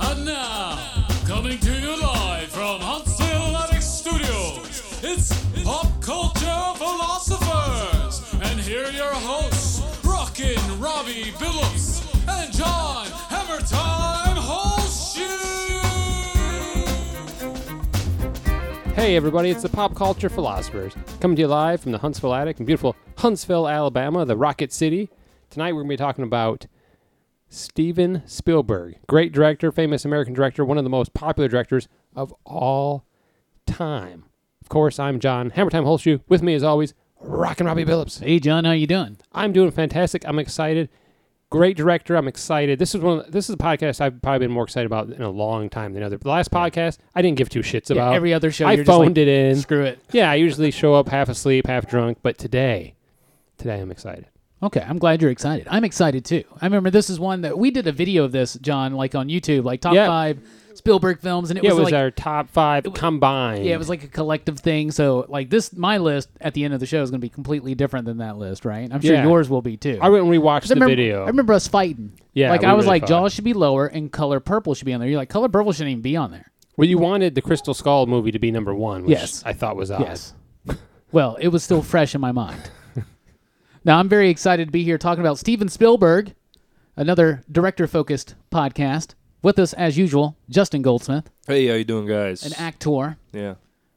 And now, coming to you live from Huntsville Attic Studios, it's Pop Culture Philosophers. And here are your hosts, Rockin' Robbie Billups and John Hammertime Holshoe. Hey everybody, it's the Pop Culture Philosophers coming to you live from the Huntsville Attic in beautiful Huntsville, Alabama, the Rocket City. Tonight we're going to be talking about Steven Spielberg, great director, famous American director, one of the most popular directors of all time. Of course, I'm John Hammertime Holshoe. With me, as always, Rockin' Robbie Billups. Hey John, how you doing? I'm doing fantastic. I'm excited. Great director. I'm excited. This is one. Of, the- this is a podcast I've probably been more excited about in a long time than other. The last podcast, I didn't give two shits about. every other show I you're just like, phoned it in. Screw it. Yeah, I usually show up half asleep, half drunk, but today, today I'm excited. Okay, I'm glad you're excited. I'm excited too. I remember this is one that we did a video of this, John, like on YouTube, like top Yeah. five Spielberg films, and it Yeah, was, it was like our top five combined. yeah, it was like a collective thing. So like this, my list at the end of the show is going to be completely different than that list, right? I'm sure Yeah. yours will be too. I went and rewatched 'Cause I the remember, video. I remember us fighting. Yeah, like we I was really like, fought. Jaws should be lower and Color Purple should be on there. You're like, Color Purple shouldn't even be on there. well, you wanted the Crystal Skull movie to be number one, which Yes. I thought was odd. Yes. well, it was still fresh in my mind. now I'm very excited to be here talking about Steven Spielberg, another director-focused podcast. With us, as usual, Justin Goldsmith, Hey, how you doing, guys? an actor. Yeah.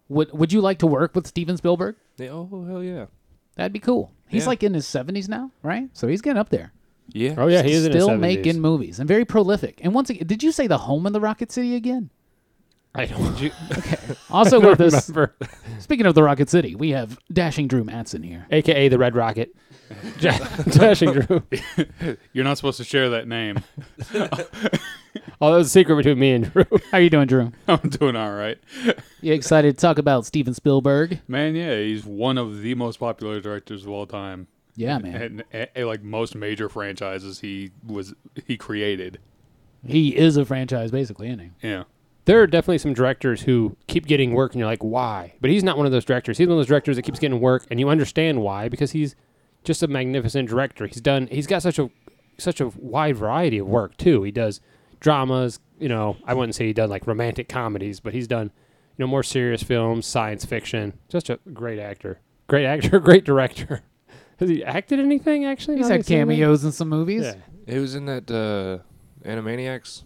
Would Would you like to work with Steven Spielberg? Yeah, Oh hell yeah. That'd be cool. He's Yeah. like in his 70s now, right? So he's getting up there. Yeah. Oh yeah, he is still in his 70s. making movies and very prolific. And once again, did you say the home in the Rocket City again? I don't you, Also with us, remember, speaking of the Rocket City, we have dashing Drew Matson here. aka the Red Rocket, Dashing Drew. You're not supposed to share that name. Oh, that was a secret between me and Drew. How you doing, Drew? I'm doing all right. You excited to talk about Steven Spielberg? Man, yeah, he's one of the most popular directors of all time. Yeah, man. And, and, and, like most major franchises he was he created. He is a franchise, basically, isn't he? Yeah. There are definitely some directors who keep getting work, and you're like, why? But he's not one of those directors. He's one of those directors that keeps getting work, and you understand why because he's just a magnificent director. He's done. He's got such a such a wide variety of work too. He does dramas. You know, I wouldn't say he done like romantic comedies, but he's done you know more serious films, science fiction. Just a great actor, great actor, great director. Has he acted anything actually? He's now that I had say that? cameos in some movies. Yeah, He was in that uh Animaniacs.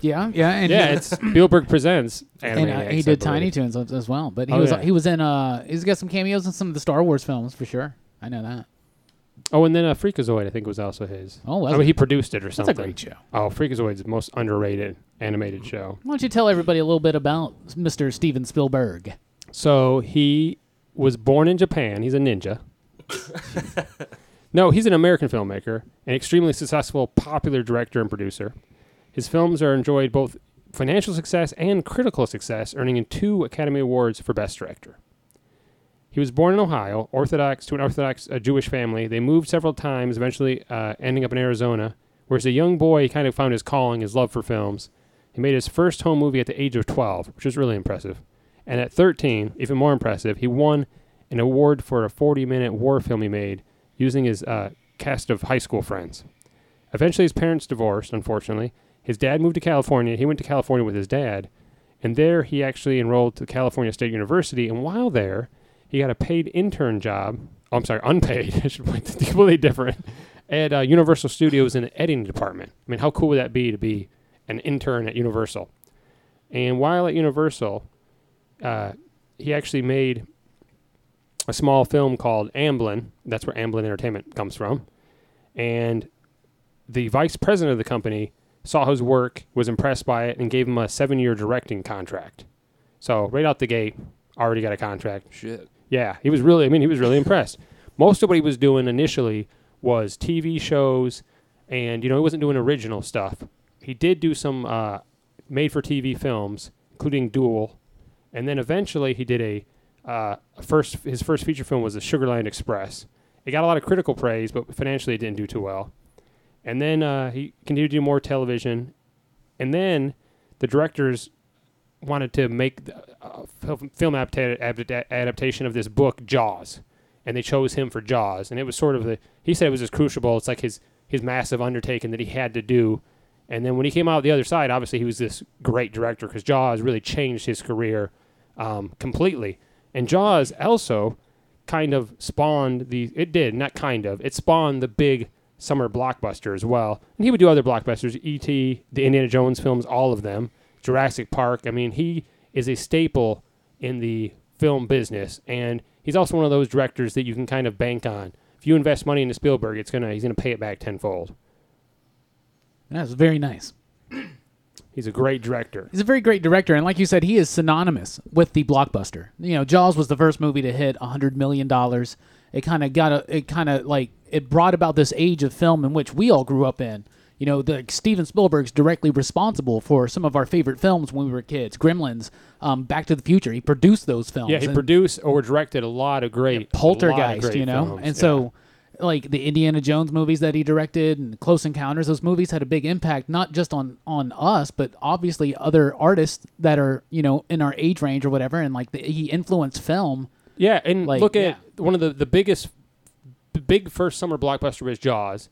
yeah, yeah, and yeah. he, It's Spielberg presents, and uh, Animaniacs, he I did believe. Tiny Toons as as well. But he Oh, was yeah. he was in uh he's got some cameos in some of the Star Wars films for sure. I know that. Oh, and then uh, Freakazoid, I think, was also his. Oh, was I mean, it? he produced it or That's something. a great show. Oh, Freakazoid's the most underrated animated show. Why don't you tell everybody a little bit about Mr. Steven Spielberg? So he was born in Japan. He's a ninja. no, he's an American filmmaker, an extremely successful, popular director and producer. His films are enjoyed both financial success and critical success, earning him two Academy Awards for Best Director. He was born in Ohio, Orthodox to an Orthodox uh, Jewish family. They moved several times, eventually uh, ending up in Arizona, where as a young boy he kind of found his calling, his love for films. He made his first home movie at the age of 12, which was really impressive. And at 13, even more impressive, he won an award for a 40-minute war film he made using his uh, cast of high school friends. Eventually, his parents divorced, unfortunately. His dad moved to California. He went to California with his dad. And there, he actually enrolled to California State University. And while there, he got a paid intern job. Oh, I'm sorry, unpaid. I should point this completely different. At uh, Universal Studios in the editing department. I mean, how cool would that be to be an intern at Universal? And while at Universal, uh, he actually made a small film called Amblin. That's where Amblin Entertainment comes from. And the vice president of the company saw his work, was impressed by it, and gave him a seven year directing contract. So right out the gate, already got a contract. Shit. Yeah, he was really. I mean, he was really impressed. Most of what he was doing initially was TV shows, and you know, he wasn't doing original stuff. He did do some uh, made-for-TV films, including Duel, and then eventually he did a uh, first. His first feature film was The Sugarland Express. It got a lot of critical praise, but financially it didn't do too well. And then uh, he continued to do more television, and then the directors wanted to make th- a fil- film adapta- adapta- adaptation of this book Jaws, and they chose him for Jaws, and it was sort of the he said it was his crucible. It's like his his massive undertaking that he had to do, And then when he came out the other side, obviously he was this great director because Jaws really changed his career um, completely. And Jaws also kind of spawned the it did not kind of it spawned the big summer blockbuster as well. And he would do other blockbusters, E.T., the Indiana Jones films, all of them, Jurassic Park. I mean, he is a staple in the film business, and he's also one of those directors that you can kind of bank on. If you invest money into Spielberg, it's gonna he's gonna pay it back tenfold. That was very nice. He's a great director. He's a very great director, and like you said, he is synonymous with the blockbuster. You know, Jaws was the first movie to hit hundred million dollars. It kind of got a, it kind of like it brought about this age of film in which we all grew up in. You know, the Steven Spielberg's directly responsible for some of our favorite films when we were kids. Gremlins, um, Back to the Future. He produced those films. Yeah, he and- produced or directed a lot of great a lot of Poltergeist, great you know? films. And Yeah. so, like, the Indiana Jones movies that he directed and Close Encounters, those movies had a big impact, not just on, on us, but obviously other artists that are, you know, in our age range or whatever. And, like, the, he influenced film. Yeah, and Like, look at yeah. one of the, the biggest, the big first summer blockbuster was Jaws.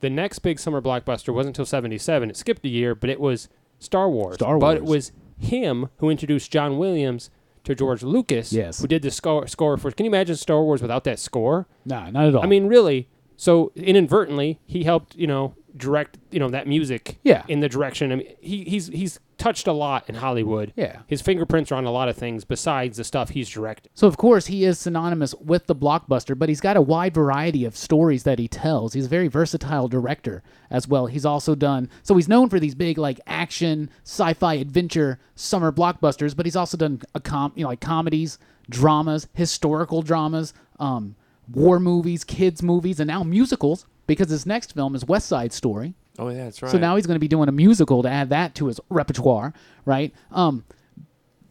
The next big summer blockbuster wasn't until 77. It skipped a year, but it was Star Wars. Star But it was Wars. him who introduced John Williams to George Lucas, Yes. who did the score, score for. Can you imagine Star Wars without that score? No, not at all. I mean, really. So inadvertently, he helped, you know, direct, you know, that music Yeah. in the direction. I mean, he, he's he's touched a lot in Hollywood. Yeah. His fingerprints are on a lot of things besides the stuff he's directed. So of course he is synonymous with the blockbuster, but he's got a wide variety of stories that he tells. He's a very versatile director as well. He's also done so he's known for these big like action, sci-fi, adventure summer blockbusters, but he's also done a com you know, like comedies, dramas, historical dramas, um, war movies, kids movies, and now musicals because his next film is West Side Story. Oh yeah, that's right. So now he's going to be doing a musical to add that to his repertoire, right? Um,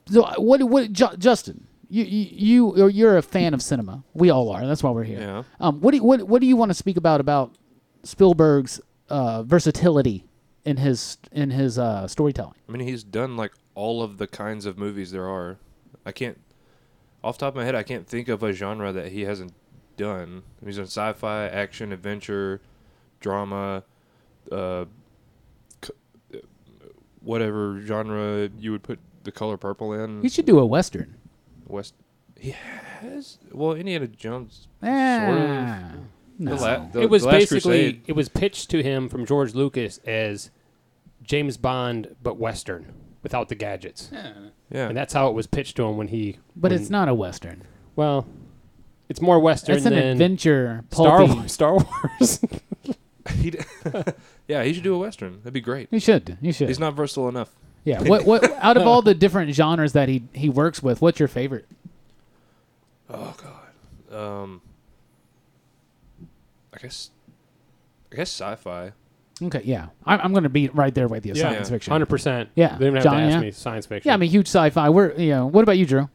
so uh, what? What? Ju- Justin, you you you- you're a fan of cinema. We all are. That's why we're here. Yeah. Um, what do you, what what do you want to speak about about Spielberg's uh, versatility in his in his uh, storytelling? I mean, he's done like all of the kinds of movies there are. I can't, off the top of my head, I can't think of a genre that he hasn't done. He's done sci-fi, action, adventure, drama, uh, c- uh, whatever genre you would put the color purple in. He should do a western. West. He has well Indiana Jones. Ah, The no. la- the- it was the Last basically Crusade. it was pitched to him from George Lucas as James Bond but Western without the gadgets, Yeah. and that's how it was pitched to him when he. but when- it's not a western. well, it's more Western It's an than adventure. Star Pulpy. Wars. Star Wars. He d- yeah, he should do a western. That'd be great. You should. You should. He's not versatile enough. Yeah. What what out of all the different genres that he he works with, what's your favorite? Oh god. Um I guess I guess sci-fi. Okay. Yeah. I'm I'm gonna be right there with you. Yeah. science fiction. Hundred percent. Yeah. They didn't have John, to ask yeah? me science fiction. Yeah. I'm a huge sci-fi. We're you know. What about you, Drew?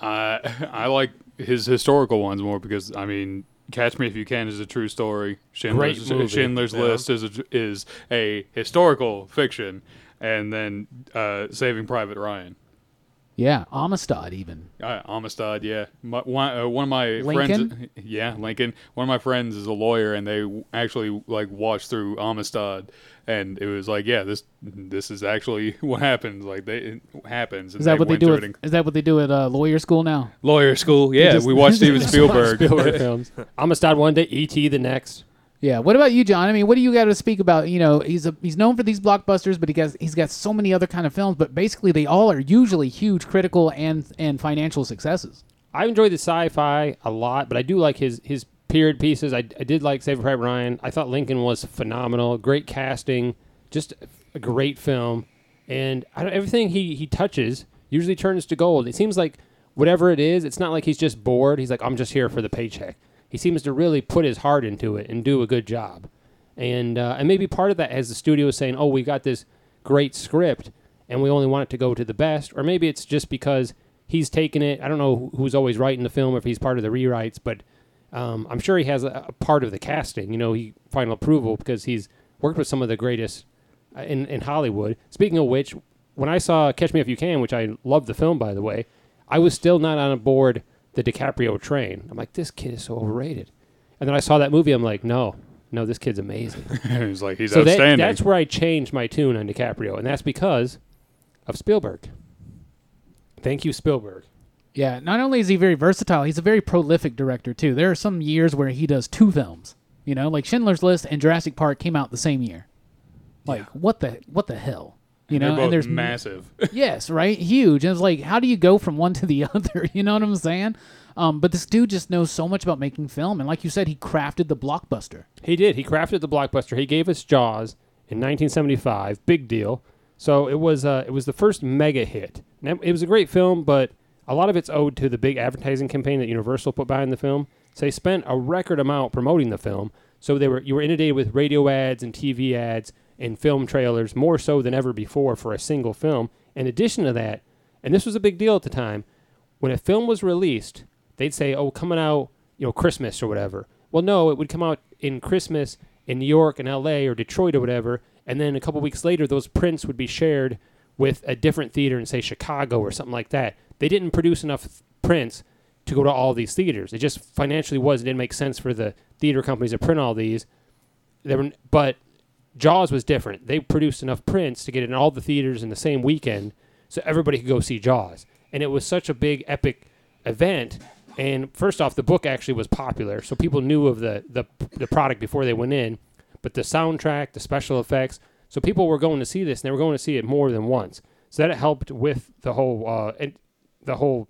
I I like his historical ones more because I mean, Catch Me If You Can is a true story. Schindler's, Great movie. Schindler's Yeah. List is a, is a historical fiction, and then uh, Saving Private Ryan. Yeah. Amistad even. Uh, Amistad, yeah. My, one, uh, one of my Lincoln? friends, yeah, Lincoln. One of my friends is a lawyer, and they w- actually like watched through Amistad, and it was like, yeah, this this is actually what happens. Like they it happens. And Is that what they went do? through At, it and- is that what they do at uh, lawyer school now? lawyer school? Yeah, we watched Steven Spielberg. Spielberg films. Amistad one day, E.T. the next. Yeah. What about you, John? I mean, what do you got to speak about? You know, he's a, he's known for these blockbusters, but he has he's got so many other kind of films. But basically, they all are usually huge critical and and financial successes. I enjoy the sci-fi a lot, but I do like his his period pieces. I, I did like Saving Private Ryan. I thought Lincoln was phenomenal. Great casting, just a great film, and I don't, everything he he touches usually turns to gold. It seems like whatever it is, it's not like he's just bored. He's like I'm just here for the paycheck. He seems to really put his heart into it and do a good job, and uh, and maybe part of that as the studio is saying, oh, we got this great script and we only want it to go to the best or maybe it's just because he's taken it i don't know who's always writing the film if he's part of the rewrites but um, i'm sure he has a, a part of the casting you know he final approval because he's worked with some of the greatest uh, in, in hollywood speaking of which when i saw catch me if you can which i loved the film by the way i was still not on board the dicaprio train i'm like this kid is so overrated and then i saw that movie i'm like no no, this kid's amazing. he's like he's so that- outstanding. that's where I changed my tune on DiCaprio, and that's because of Spielberg. Thank you, Spielberg. Yeah, not only is he very versatile, he's a very prolific director too. There are some years where he does two films. You know, like Schindler's List and Jurassic Park came out the same year. Like what the what the hell? You know, They're both and there's massive. yes, right, huge. And it's like, how do you go from one to the other? You know what I'm saying? Um, but this dude just knows so much about making film, and like you said, he crafted the blockbuster. He did. He crafted the blockbuster. He gave us Jaws in 1975. Big deal. So it was uh, it was the first mega hit. And it- it was a great film, but a lot of it's owed to the big advertising campaign that Universal put behind the film. So they spent a record amount promoting the film. So they were you were inundated with radio ads and TV ads and film trailers more so than ever before for a single film. In addition to that, and this was a big deal at the time, when a film was released, they'd say, "Oh, coming out, you know, Christmas or whatever." Well, no, it would come out in Christmas in New York and L.A. or Detroit or whatever, and then a couple weeks later, those prints would be shared with a different theater in say Chicago or something like that. They didn't produce enough prints to go to all these theaters. It just financially was it didn't make sense for the theater companies to print all these. They were, but Jaws was different. They produced enough prints to get it in all the theaters in the same weekend, so everybody could go see Jaws. And it was such a big epic event. And first off, the book actually was popular, so people knew of the the, the product before they went in. But the soundtrack, the special effects, so people were going to see this, and they were going to see it more than once. So that helped with the whole uh, and the whole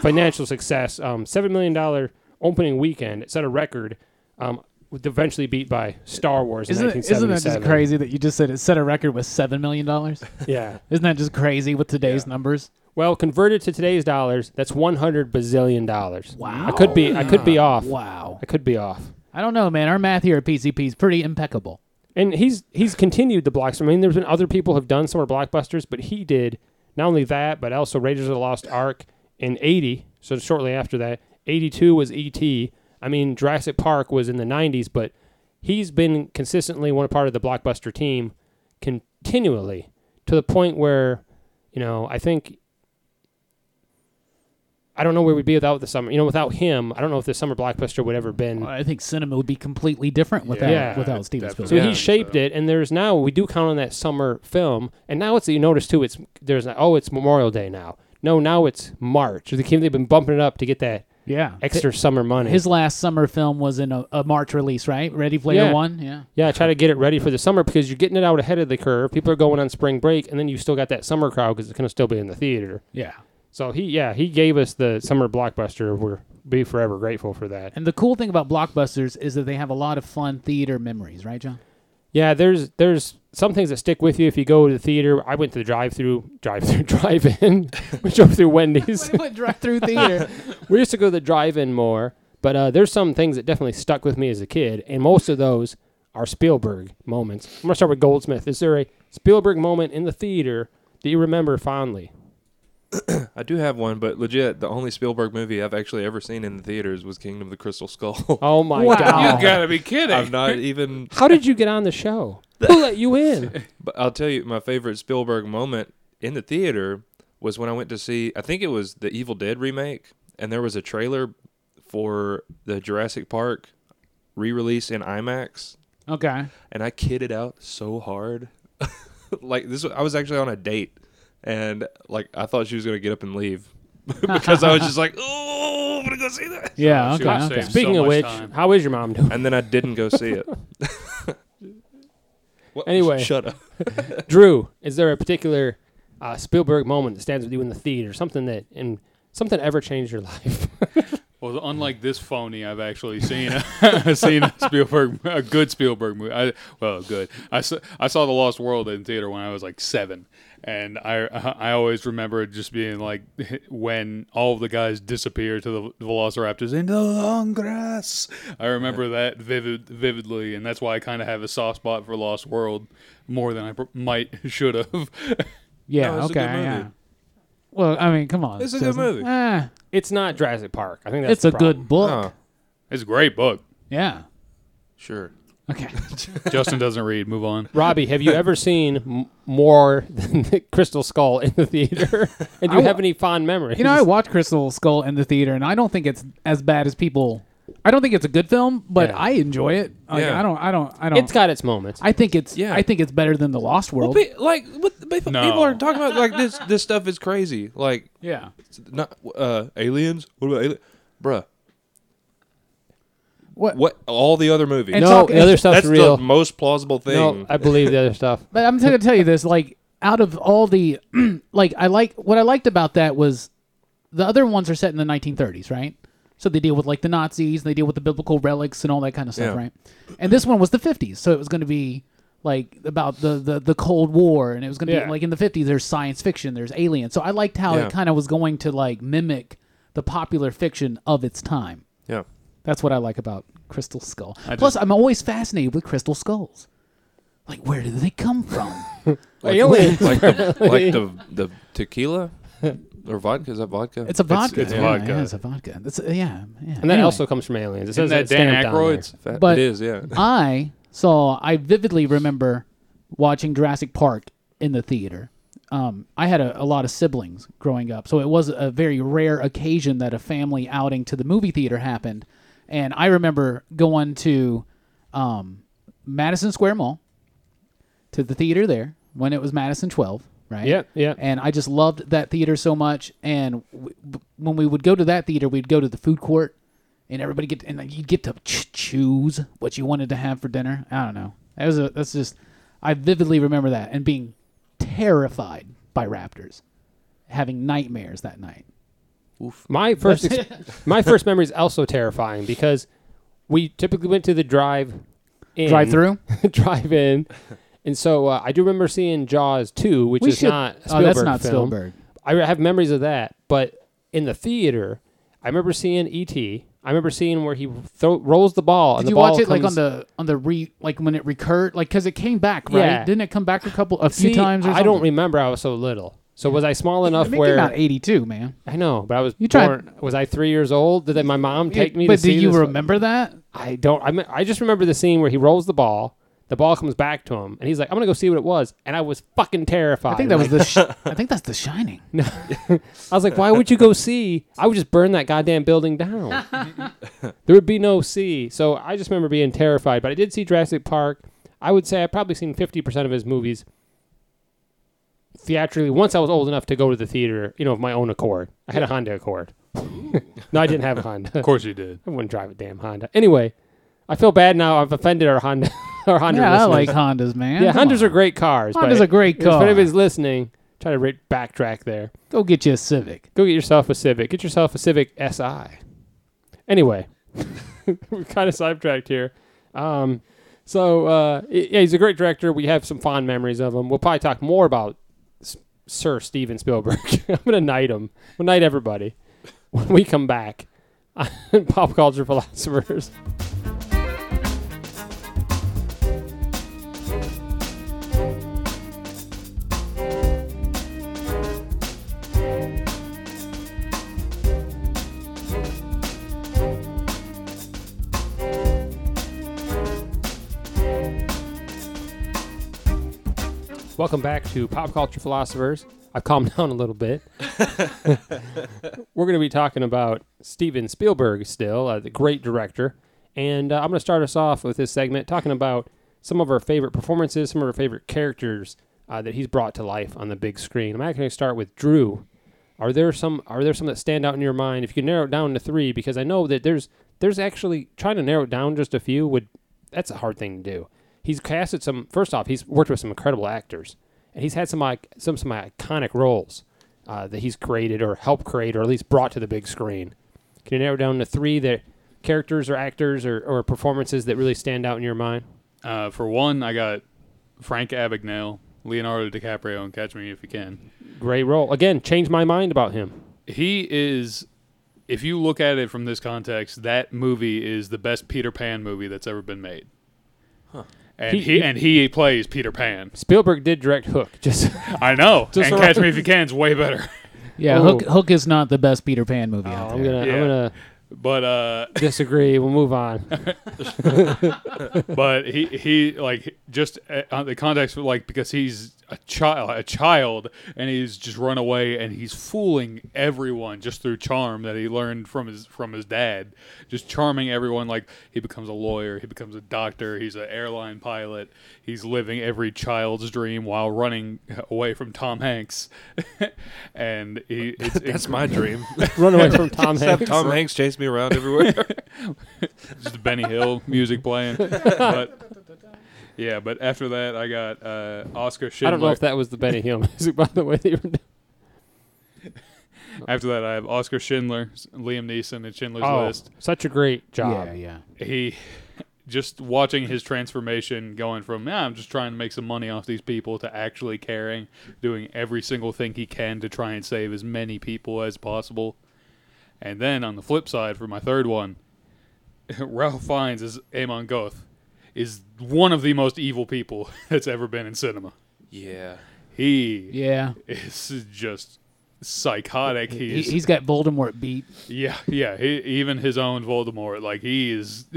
financial success. Um, Seven million dollar opening weekend it set a record. Um, would eventually beat by Star Wars. in Isn't it, isn't that just 1977. crazy that you just said it set a record with seven million dollars? Yeah. Isn't that just crazy with today's numbers? Well, converted to today's dollars, that's one hundred bazillion dollars. Wow. I could be. I could be off. Wow. I could be off. I don't know, man. Our math here at PCP is pretty impeccable. And he's he's continued the blocks. I mean, there's been other people have done similar blockbusters, but he did not only that, but also Raiders of the Lost Ark in '80. So shortly after that, '82 was E.T. I mean, Jurassic Park was in the '90s, but he's been consistently one part of the blockbuster team continually to the point where, you know, I think I don't know where we'd be without the summer. You know, without him, I don't know if the summer blockbuster would ever been. I think cinema would be completely different without Mm. Yeah, without Steven definitely. So Spielberg. Yeah, he shaped so- it, and there's now we do count on that summer film, and now it's you notice too. It's there's not, oh, it's Memorial Day now. No, now it's March. They keep- They've been bumping it up to get that Yeah. extra summer money. His last summer film was in a, a March release, right? Ready Player Yeah. One. Yeah. yeah, try to get it ready for the summer because you're getting it out ahead of the curve. People are going on spring break, and then you still got that summer crowd because it's gonna still be in the theater. Yeah. So he, yeah, he gave us the summer blockbuster. We're be forever grateful for that. And the cool thing about blockbusters is that they have a lot of fun theater memories, right, John? Yeah, there's there's some things that stick with you if you go to the theater. I went to the drive-through, drive-through, drive-in. we drove through Wendy's. drive through theater. we used to go to the drive-in more, but uh, there's some things that definitely stuck with me as a kid, and most of those are Spielberg moments. I'm gonna start with Goldsmith. Is there a Spielberg moment in the theater that you remember fondly? I do have one, but legit, the only Spielberg movie I've actually ever seen in the theaters was Kingdom of the Crystal Skull. Oh my Wow. god! you gotta be kidding. I've not even. How did you get on the show? Who let you in? But I'll tell you, my favorite Spielberg moment in the theater was when I went to see. I think it was the Evil Dead remake, and there was a trailer for the Jurassic Park re-release in IMAX, okay. and I kidded out so hard. like this, I was actually on a date, and like I thought she was gonna get up and leave because I was just like, "Oh, I'm gonna go see that." Yeah. Oh, shoot, Okay. I've okay. saved- Speaking So of much which, time. how is your mom doing? and then I didn't go see it. What- Anyway. shut up. Drew, is there a particular uh, Spielberg moment that stands with you in the theater? Something that and something that ever changed your life? Well, unlike this phony, I've actually seen a, seen a Spielberg, a good Spielberg movie. I, well, good. I saw, I saw The Lost World in theater when I was like seven, and I I always remember it just being like when all of the guys disappear to the Velociraptors in the long grass. I remember that vivid vividly, and that's why I kind of have a soft spot for Lost World more than I pr- might should have. Yeah. No, it's okay. a good movie. Yeah. Well, I mean, come on. It's a good Justin. movie. Ah, it's not Jurassic Park. I think that's it's the a problem. good book. Oh, it's a great book. Yeah. sure. Okay. Justin doesn't read. Move on. Robbie, have you ever seen m- more than the Crystal Skull in the theater? And do I you wa- have any fond memories? You know, I watched Crystal Skull in the theater, and I don't think it's as bad as people I don't think it's a good film, but Yeah. I enjoy it. Like, Yeah. I don't. I don't. I don't. It's got its moments. I think it's. Yeah. I think it's better than the Lost World. Pe- like what the- people, No. people are talking about like this this stuff is crazy like yeah. not uh aliens what about ali- bruh What? what all the other movies And no, talk- the other stuff's that's real. the most plausible thing no, uh, I believe the other stuff. But I'm going to tell you this. Like out of all the, like I like what I liked about that was the other ones are set in the 1930s, right? So they deal with like the Nazis, and they deal with the biblical relics and all that kind of stuff, Yeah. right? And this one was the 50s, so it was going to be like about the, the the Cold War, and it was going to Yeah. be like in the 50s. There's science fiction, there's aliens. So I liked how Yeah. it kind of was going to like mimic the popular fiction of its time. yeah That's what I like about Crystal Skull. I Plus, just- I'm always fascinated with crystal skulls. Like, where do they come from? like, Aliens. like, the, like the the tequila or vodka is that vodka It's a vodka. it's yeah, vodka. yeah, it's a vodka. It's, yeah, yeah. And that Anyway, also comes from aliens. It Isn't says that it's Dan stamped on there. Aykroyd's? Fa- but- oh, it is yeah I saw. I vividly remember watching Jurassic Park in the theater. Um, I had a, a lot of siblings growing up, so it was a very rare occasion that a family outing to the movie theater happened. And I remember going to um, Madison Square Mall to the theater there when it was Madison 12, right? Yeah, yeah. and I just loved that theater so much. And w- b- when we would go to that theater, we'd go to the food court, and everybody get and like, you'd get to ch- choose what you wanted to have for dinner. I don't know. That was a, that's just I vividly remember that and being terrified by raptors, having nightmares that night. My first, ex- my first memory is also terrifying because we typically went to the drive, Drive through. drive in, and so uh, I do remember seeing Jaws two, which We is should. not a oh, Spielberg that's not film. Spielberg. I have memories of that, but in the theater, I remember seeing E.T. I remember seeing where he throw, rolls the ball. and Did the you ball watch it like on comes- the on the re like when it recurred like because it came back right? Yeah. Didn't it come back a couple a few See, times? Or I don't something? remember. I was so little. So was I small I enough mean, where you're not 82, man. I know, but I was You tried- born- was I three years old? Did then my mom take me? but to do see you this? remember that? I don't. I mean, I just remember the scene where he rolls the ball. The ball comes back to him, and he's like, "I'm gonna go see what it was," and I was fucking terrified. I think that was Like, the. Sh- I think that's The Shining. I was like, "Why would you go see? I would just burn that goddamn building down. there would be no see." So I just remember being terrified. But I did see Jurassic Park. I would say I've probably seen fifty percent of his movies theatrically. Once I was old enough to go to the theater, you know, of my own accord. I had a Honda Accord. no, I didn't have a Honda. Of course you did. I wouldn't drive a damn Honda. Anyway, I feel bad now. I've offended our Honda. Our Honda yeah, I listeners. like Hondas, man. Yeah, Come Hondas on. are great cars. Honda's but a great If car. anybody's listening, try to rate backtrack there. Go get you a Civic. Go get yourself a Civic. Get yourself a Civic SI. Anyway, we're kind of sidetracked here. Um, so uh, y- yeah, he's a great director. We have some fond memories of him. We'll probably talk more about S- Sir Steven Spielberg. I'm gonna knight him. We'll knight everybody when we come back. on Pop culture philosophers. Welcome back to Pop Culture Philosophers. I've calmed down a little bit. We're going to be talking about Steven Spielberg, still, uh, the great director. And uh, I'm going to start us off with this segment talking about some of our favorite performances, some of our favorite characters uh, that he's brought to life on the big screen. I'm actually going to start with Drew. Are there some Are there some that stand out in your mind? If you can narrow it down to three, because I know that there's there's actually trying to narrow it down just a few would that's a hard thing to do. He's casted some. First off, he's worked with some incredible actors, and he's had some like some some iconic roles uh, that he's created or helped create or at least brought to the big screen. Can you narrow down to three that characters or actors or, or performances that really stand out in your mind? Uh, for one, I got Frank Abagnale, Leonardo DiCaprio, and Catch Me If You Can. Great role. Again, changed my mind about him. He is, if you look at it from this context, that movie is the best Peter Pan movie that's ever been made. And He- he, he- and he plays Peter Pan. Spielberg did direct Hook. Just I know. Just and around- Catch Me If You Can's way better. Yeah, Oh. Hook, Hook is not the best Peter Pan movie out there. I'm gonna Yeah. I'm gonna But uh, disagree. We'll move on. but he he uh, like just uh, on the context of, like because he's a child, a child, and he's just run away, and he's fooling everyone just through charm that he learned from his from his dad, just charming everyone. Like he becomes a lawyer, he becomes a doctor, he's an airline pilot, he's living every child's dream while running away from Tom Hanks, and he, it's, That's my dream. Run away from Tom Hanks. Tom Hanks chased me around everywhere. just Benny Hill music playing. But, yeah, but after that, I got uh, Oscar Schindler. I don't know if that was the Benny Hill music, by the way. That you were doing. After that, I have Oscar Schindler, Liam Neeson, and Schindler's Oh, List. such a great job. yeah, yeah. He just watching his transformation going from yeah, I'm just trying to make some money off these people to actually caring, doing every single thing he can to try and save as many people as possible. And then on the flip side, for my third one, Ralph Fiennes as Amon Goth is one of the most evil people that's ever been in cinema. yeah. He Yeah. is just psychotic. He, He's he's got Voldemort beat. yeah, yeah. He, even his own Voldemort, like he is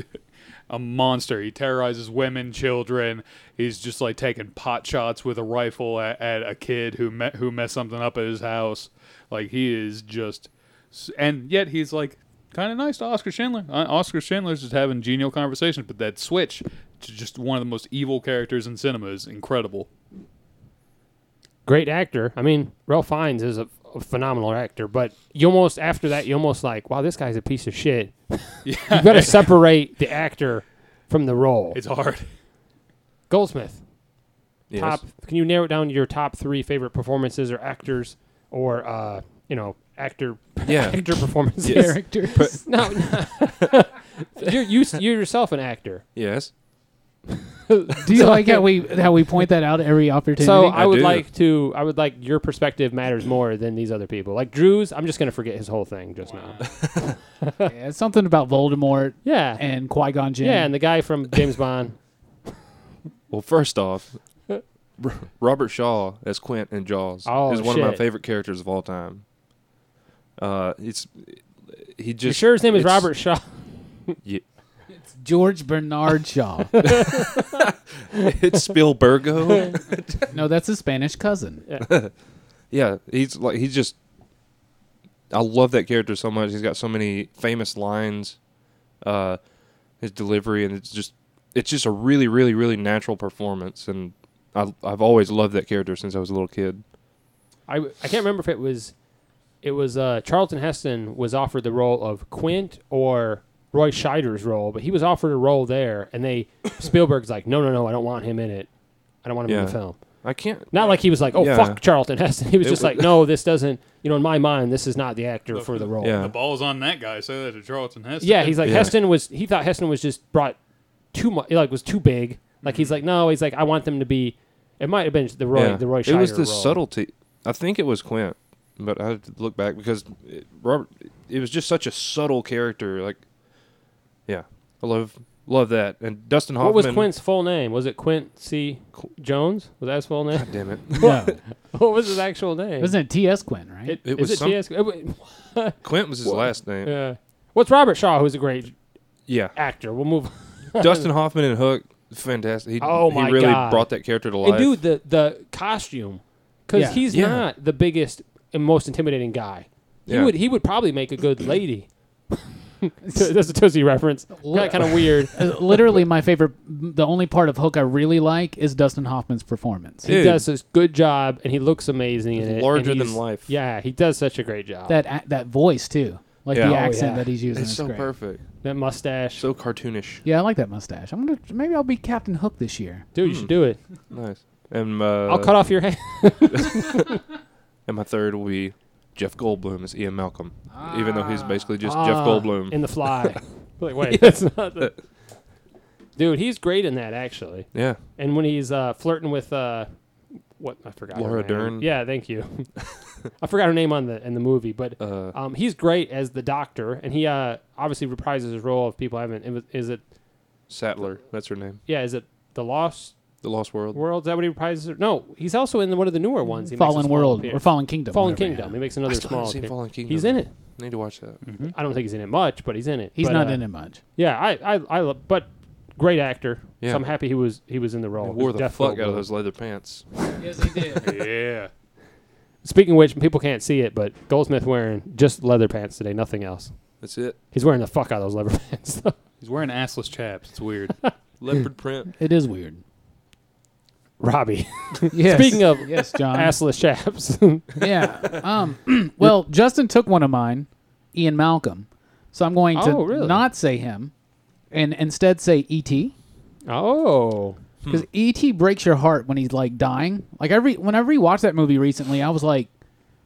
a monster. He terrorizes women, children. He's just like taking pot shots with a rifle at, at a kid who met who messed something up at his house. Like he is just, s- and yet he's like kind of nice to Oscar Schindler. Uh, Oscar Schindler's just having genial conversations, but that switch to just one of the most evil characters in cinema is incredible. Great actor. I mean, Ralph Fiennes is a, a phenomenal actor, but you almost after that, you almost like, wow, this guy's a piece of shit. you got to separate the actor from the role. It's hard. Goldsmith. Yes. Top. Can you narrow it down to your top three favorite performances or actors or uh, you know actor Yeah. actor performances? Yes. Characters. No, no. you're you s- you're yourself an actor. Yes. Do you like how we how we point that out every opportunity? So I, I would do. like to. I would like your perspective matters more than these other people. Like Drew's, I'm just gonna forget his whole thing just now. Yeah, it's something about Voldemort Yeah, and Qui Gon Jinn. yeah, and the guy from James Bond. Well, first off, R- Robert Shaw as Quint in Jaws Oh, is one of my shit. favorite characters of all time. Uh, it's he just You sure his name is it's- Robert Shaw? ye- George Bernard Shaw. it's Spielbergo. no, that's his Spanish cousin. yeah, he's like he's just. I love that character so much. He's got so many famous lines, uh, his delivery, and it's just it's just a really, really, really natural performance. And I, I've always loved that character since I was a little kid. I w- I can't remember if it was it was uh, Charlton Heston was offered the role of Quint or Roy Scheider's role, but he was offered a role there, and they Spielberg's like, no, no, no, I don't want him in it. I don't want him in the Yeah. film. I can't. Not like he was like, oh Yeah. fuck Charlton Heston. He was It just wa- like, no, this doesn't. You know, in my mind, this is not the actor for the role. Yeah. The ball's on that guy. Say that to Charlton Heston. Yeah, he's like Yeah. Heston was. He thought Heston was just brought too much. Like was too big. Like Mm-hmm. he's like, no, he's like, I want them to be. It might have been the Roy. The Roy. It was Scheider the role. subtlety. I think it was Quint, but I had to look back because it, Robert. It was just such a subtle character. Like, yeah, I love love that. And Dustin Hoffman. What was Quint's full name? Was it Quint C. Jones? Was that his full name? Damn it, No. what was his actual name? Wasn't it T.S. Quinn, right? it, It is was it some- TS? Uh, wait, Quint was his last name. yeah. What's Robert Shaw, who's a great Yeah, actor? We'll move. Dustin Hoffman and Hook. Fantastic. He, Oh my he really God. brought that character to life. And dude, the the costume, because Yeah. he's Yeah. not the biggest and most intimidating guy. He Yeah. would he would probably make a good lady. That's a Tootsie reference. kind of weird. Uh, Literally, my favorite, the only part of Hook I really like is Dustin Hoffman's performance. He Dude. does this good job, and he looks amazing in it. and larger than he's- life. Yeah, he does such a great job. That ac- that voice too, like Yeah. the Oh, accent yeah. that he's using. it's is so great. perfect, that mustache, so cartoonish. Yeah, I like that mustache. I'm gonna maybe I'll be Captain Hook this year. dude, you should do it. Nice. And Hmm. uh, I'll cut off your hand. And my third will be Jeff Goldblum as Ian Malcolm, even though Ah. he's basically just Jeff Goldblum. in the fly. like, wait, that's not the. Dude, he's great in that actually. yeah. And when he's uh, flirting with uh, what I forgot. her Laura name. Dern? Yeah, thank you. I forgot her name on the in the movie, but Uh, um, he's great as the doctor, and he uh, obviously reprises his role. If people haven't, it was- is it Sattler, that's her name. yeah, is it the Lost The Lost World. World? Is that what he reprises? it? No, he's also in one of the newer ones. He makes a Fallen small World appearance. or Fallen Kingdom. Fallen whatever, Kingdom. yeah. He makes another I still small. haven't seen appearance. Fallen Kingdom. He's in it. Hmm? Need to watch that. I don't think he's in it much, but he's in it. He's But, not uh, in it much. Yeah, I, I, I love, but great actor. Yeah. So I'm happy he was he was in the role. Wore It was the definitely fuck out of worth those leather pants. Yes, he did. Yeah. it. Speaking of which, people can't see it, but Goldsmith wearing just leather pants today, nothing else. That's it. He's wearing the fuck out of those leather pants. though. He's wearing assless chaps. It's weird. Leopard print. it is weird. Robbie, Yes. Speaking of yes, John. assless chaps. yeah. Um, well, Justin took one of mine, Ian Malcolm. So I'm going to Oh, really? not say him, and instead say E E.T. oh, because E.T. breaks your heart when he's like dying. Like I re- when I rewatched that movie recently, I was like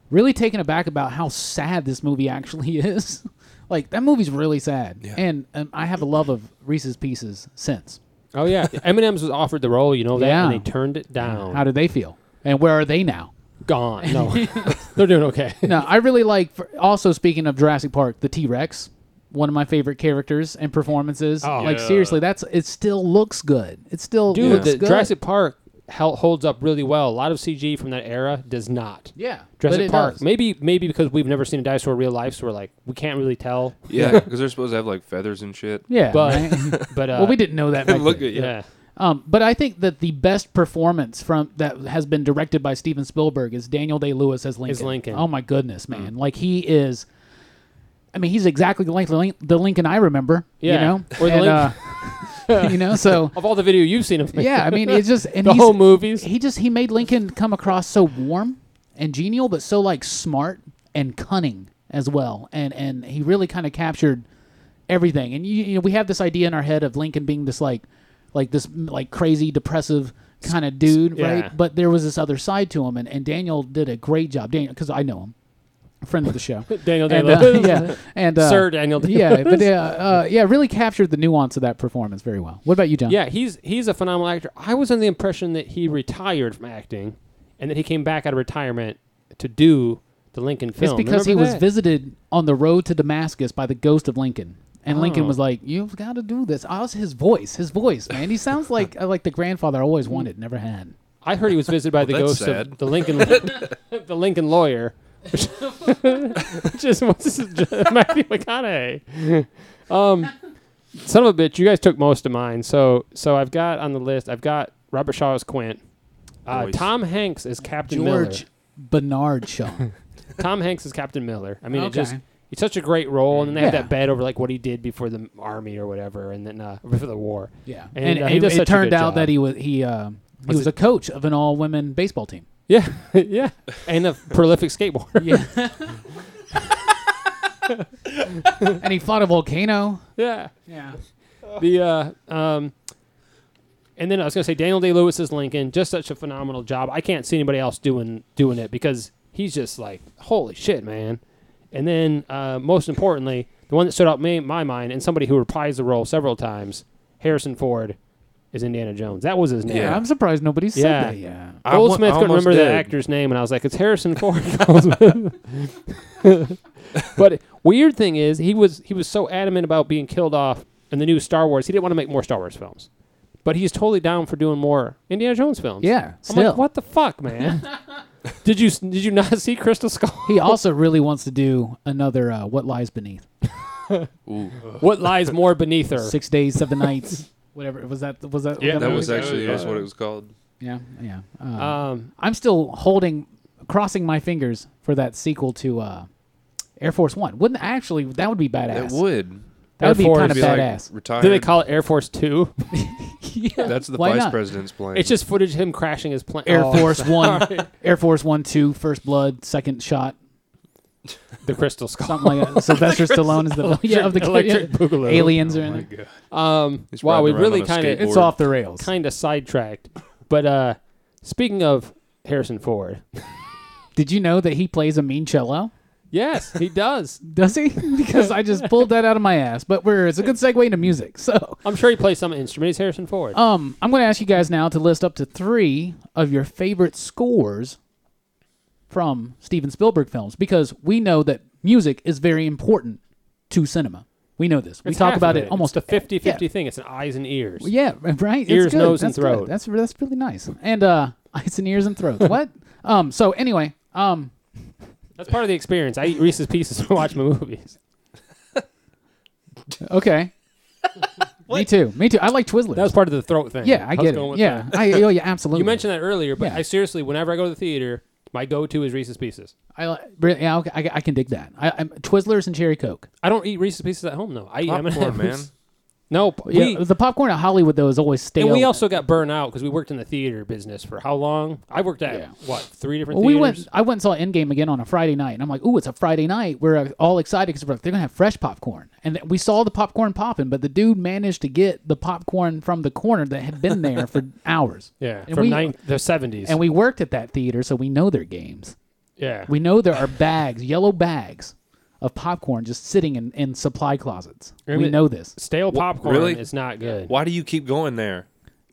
really taken aback about how sad this movie actually is. like that movie's really sad, and um, I have a love of Reese's Pieces since. oh yeah. Eminem's was offered the role, you know that, and Yeah. they turned it down. How do they feel? And where are they now? Gone. No, they're doing okay. No, I really like. For, also, speaking of Jurassic Park, the T Rex, one of my favorite characters and performances. Oh. like Yeah. seriously, that's it. Still looks good. It still Dude, looks the good. Jurassic Park hel- holds up really well. A lot of CG from that era does not. yeah, but Jurassic it Park. does. Maybe maybe because we've never seen a dinosaur in real life, so we're like we can't really tell. Yeah, because they're supposed to have like feathers and shit. Yeah, But- right? But uh, well, we didn't know that. Back Look then. at you. Yeah. Um, but I think that the best performance from that has been directed by Steven Spielberg is Daniel Day Lewis as Lincoln. As Lincoln. Mm. Oh my goodness, man! Like he is. I mean, he's exactly the Lincoln, the Lincoln I remember. You Yeah. know, Or the and, uh, you know, so Of all the video you've seen of him, yeah. I mean, it's just and the he's- whole movies. He just he made Lincoln come across so warm and genial, but so like smart and cunning as well. And and he really kind of captured everything. And you, you know, we have this idea in our head of Lincoln being this like like this mm, like crazy depressive kind of dude, yeah. right? But there was this other side to him, and, and Daniel did a great job. Daniel, because I know him, friend of the show. Daniel Day And, uh, Lewis. yeah, and uh, Sir Daniel Day yeah, but uh, uh, yeah, really captured the nuance of that performance very well. What about you, John? Yeah, he's he's a phenomenal actor. I was under the impression that he retired from acting, and that he came back out of retirement to do the Lincoln film. It's because he Remember was that? visited on the road to Damascus by the ghost of Lincoln. And Lincoln Oh. was like, "You've got to do this." I was his voice, his voice, man. He sounds like uh, like the grandfather I always wanted, never had. I heard he was visited by the that's ghost sad. of the Lincoln, the Lincoln lawyer, which, which is what's this is just Matthew McConaughey. Um, son of a bitch, you guys took most of mine. So, so I've got on the list. I've got Robert Shaw as Quint, uh, Nice. Tom Hanks as Captain George Miller. Bernard Shaw. Tom Hanks as Captain Miller. I mean, it just Okay. it's such a great role, and then they have Yeah. that bet over like what he did before the army or whatever, and then uh, before the war. yeah, And, and, uh, he it, does it such a turned good out job. that he was he uh, he was, Was a coach of an all women baseball team. Yeah, yeah, and a prolific skateboarder. Yeah. and he fought a volcano. yeah. Yeah. the uh, um, and then I was gonna say Daniel Day Lewis is Lincoln, just such a phenomenal job. I can't see anybody else doing doing it because he's just like holy shit, man. And then uh, most importantly, the one that stood out in my- my mind and somebody who reprised the role several times, Harrison Ford, is Indiana Jones. That was his name. Yeah. I'm surprised nobody said Yeah. that. Yeah. I Old wa- Smith I couldn't almost remember the did. actor's name, and I was like, "It's Harrison Ford." Goldsmith." but weird thing is, he was he was so adamant about being killed off in the new Star Wars. He didn't want to make more Star Wars films, but he's totally down for doing more Indiana Jones films. Yeah. I'm Still. like, what the fuck, man? did you did you not see Crystal Skull? He also really wants to do another uh, What Lies Beneath. Ooh. what lies more beneath her? Six days, seven nights, whatever. Was that was that? Yeah, That Yeah. was Yeah. actually Yeah. that's what it was called. yeah, yeah. Uh, Um, I'm still holding, crossing my fingers for that sequel to uh, Air Force One. Wouldn't actually that would be badass. It would. That would be Air kind of Force. Be like badass. retired. do they call it Air Force Two? yeah. That's the Why vice not? president's plane. It's just footage of him crashing his plane. Air Oh, Force One, Air Force One, two, first blood, second shot, the Crystal Skull. something like that. Sylvester Stallone is the yeah of the Electric Boogaloo. aliens Oh are in My it. God. Um, He's wow, riding we around really on a kind of skateboard. It's Lord. off the rails. kind of sidetracked. But uh, speaking of Harrison Ford, Did you know that he plays a mean cello? yes, he does. Does he? because I just pulled that out of my ass. But we're it's a good segue into music. So I'm sure he plays some instrument. He's Harrison Ford. Um, I'm going to ask you guys now to list up to three of your favorite scores from Steven Spielberg films because we know that music is very important to cinema. We know this. We It's talk half about of it almost It's a 50 yeah. 50 thing. It's an eyes and ears. Yeah, right. It's Ears, good. nose, and That's good. throat. That's that's really nice. And uh, eyes and ears and throat. what? Um. So anyway, um, That's part of the experience. I eat Reese's Pieces and watch my movies. okay. Me too. Me too. I like Twizzlers. That was part of the throat thing. yeah, I was get going it. with Yeah, that. I, oh, yeah, absolutely. You mentioned that earlier, but Yeah. I seriously, whenever I go to the theater, my go-to is Reese's Pieces. I, li- really- yeah, okay, I, I can dig that. I, I'm, Twizzlers and Cherry Coke. I don't eat Reese's Pieces at home though. I eat Popcorn, man. M&Ms. No, p- Yeah, we, the popcorn at Hollywood though is always stale. and we also got burnt out because we worked in the theater business for how long? I worked at Yeah. what three different. Well, we theaters? went. I went and saw Endgame again on a Friday night, and I'm like, "Ooh, it's a Friday night." We're uh, all excited because we're like, they're gonna have fresh popcorn, and th- we saw the popcorn popping, but the dude managed to get the popcorn from the corner that had been there for hours. Yeah, and from we, nine, the seventies. and we worked at that theater, so we know their games. yeah, We know there are bags, yellow bags, of popcorn just sitting in, in supply closets. We Remember- know this. stale popcorn really? is not good. Why do you keep going there?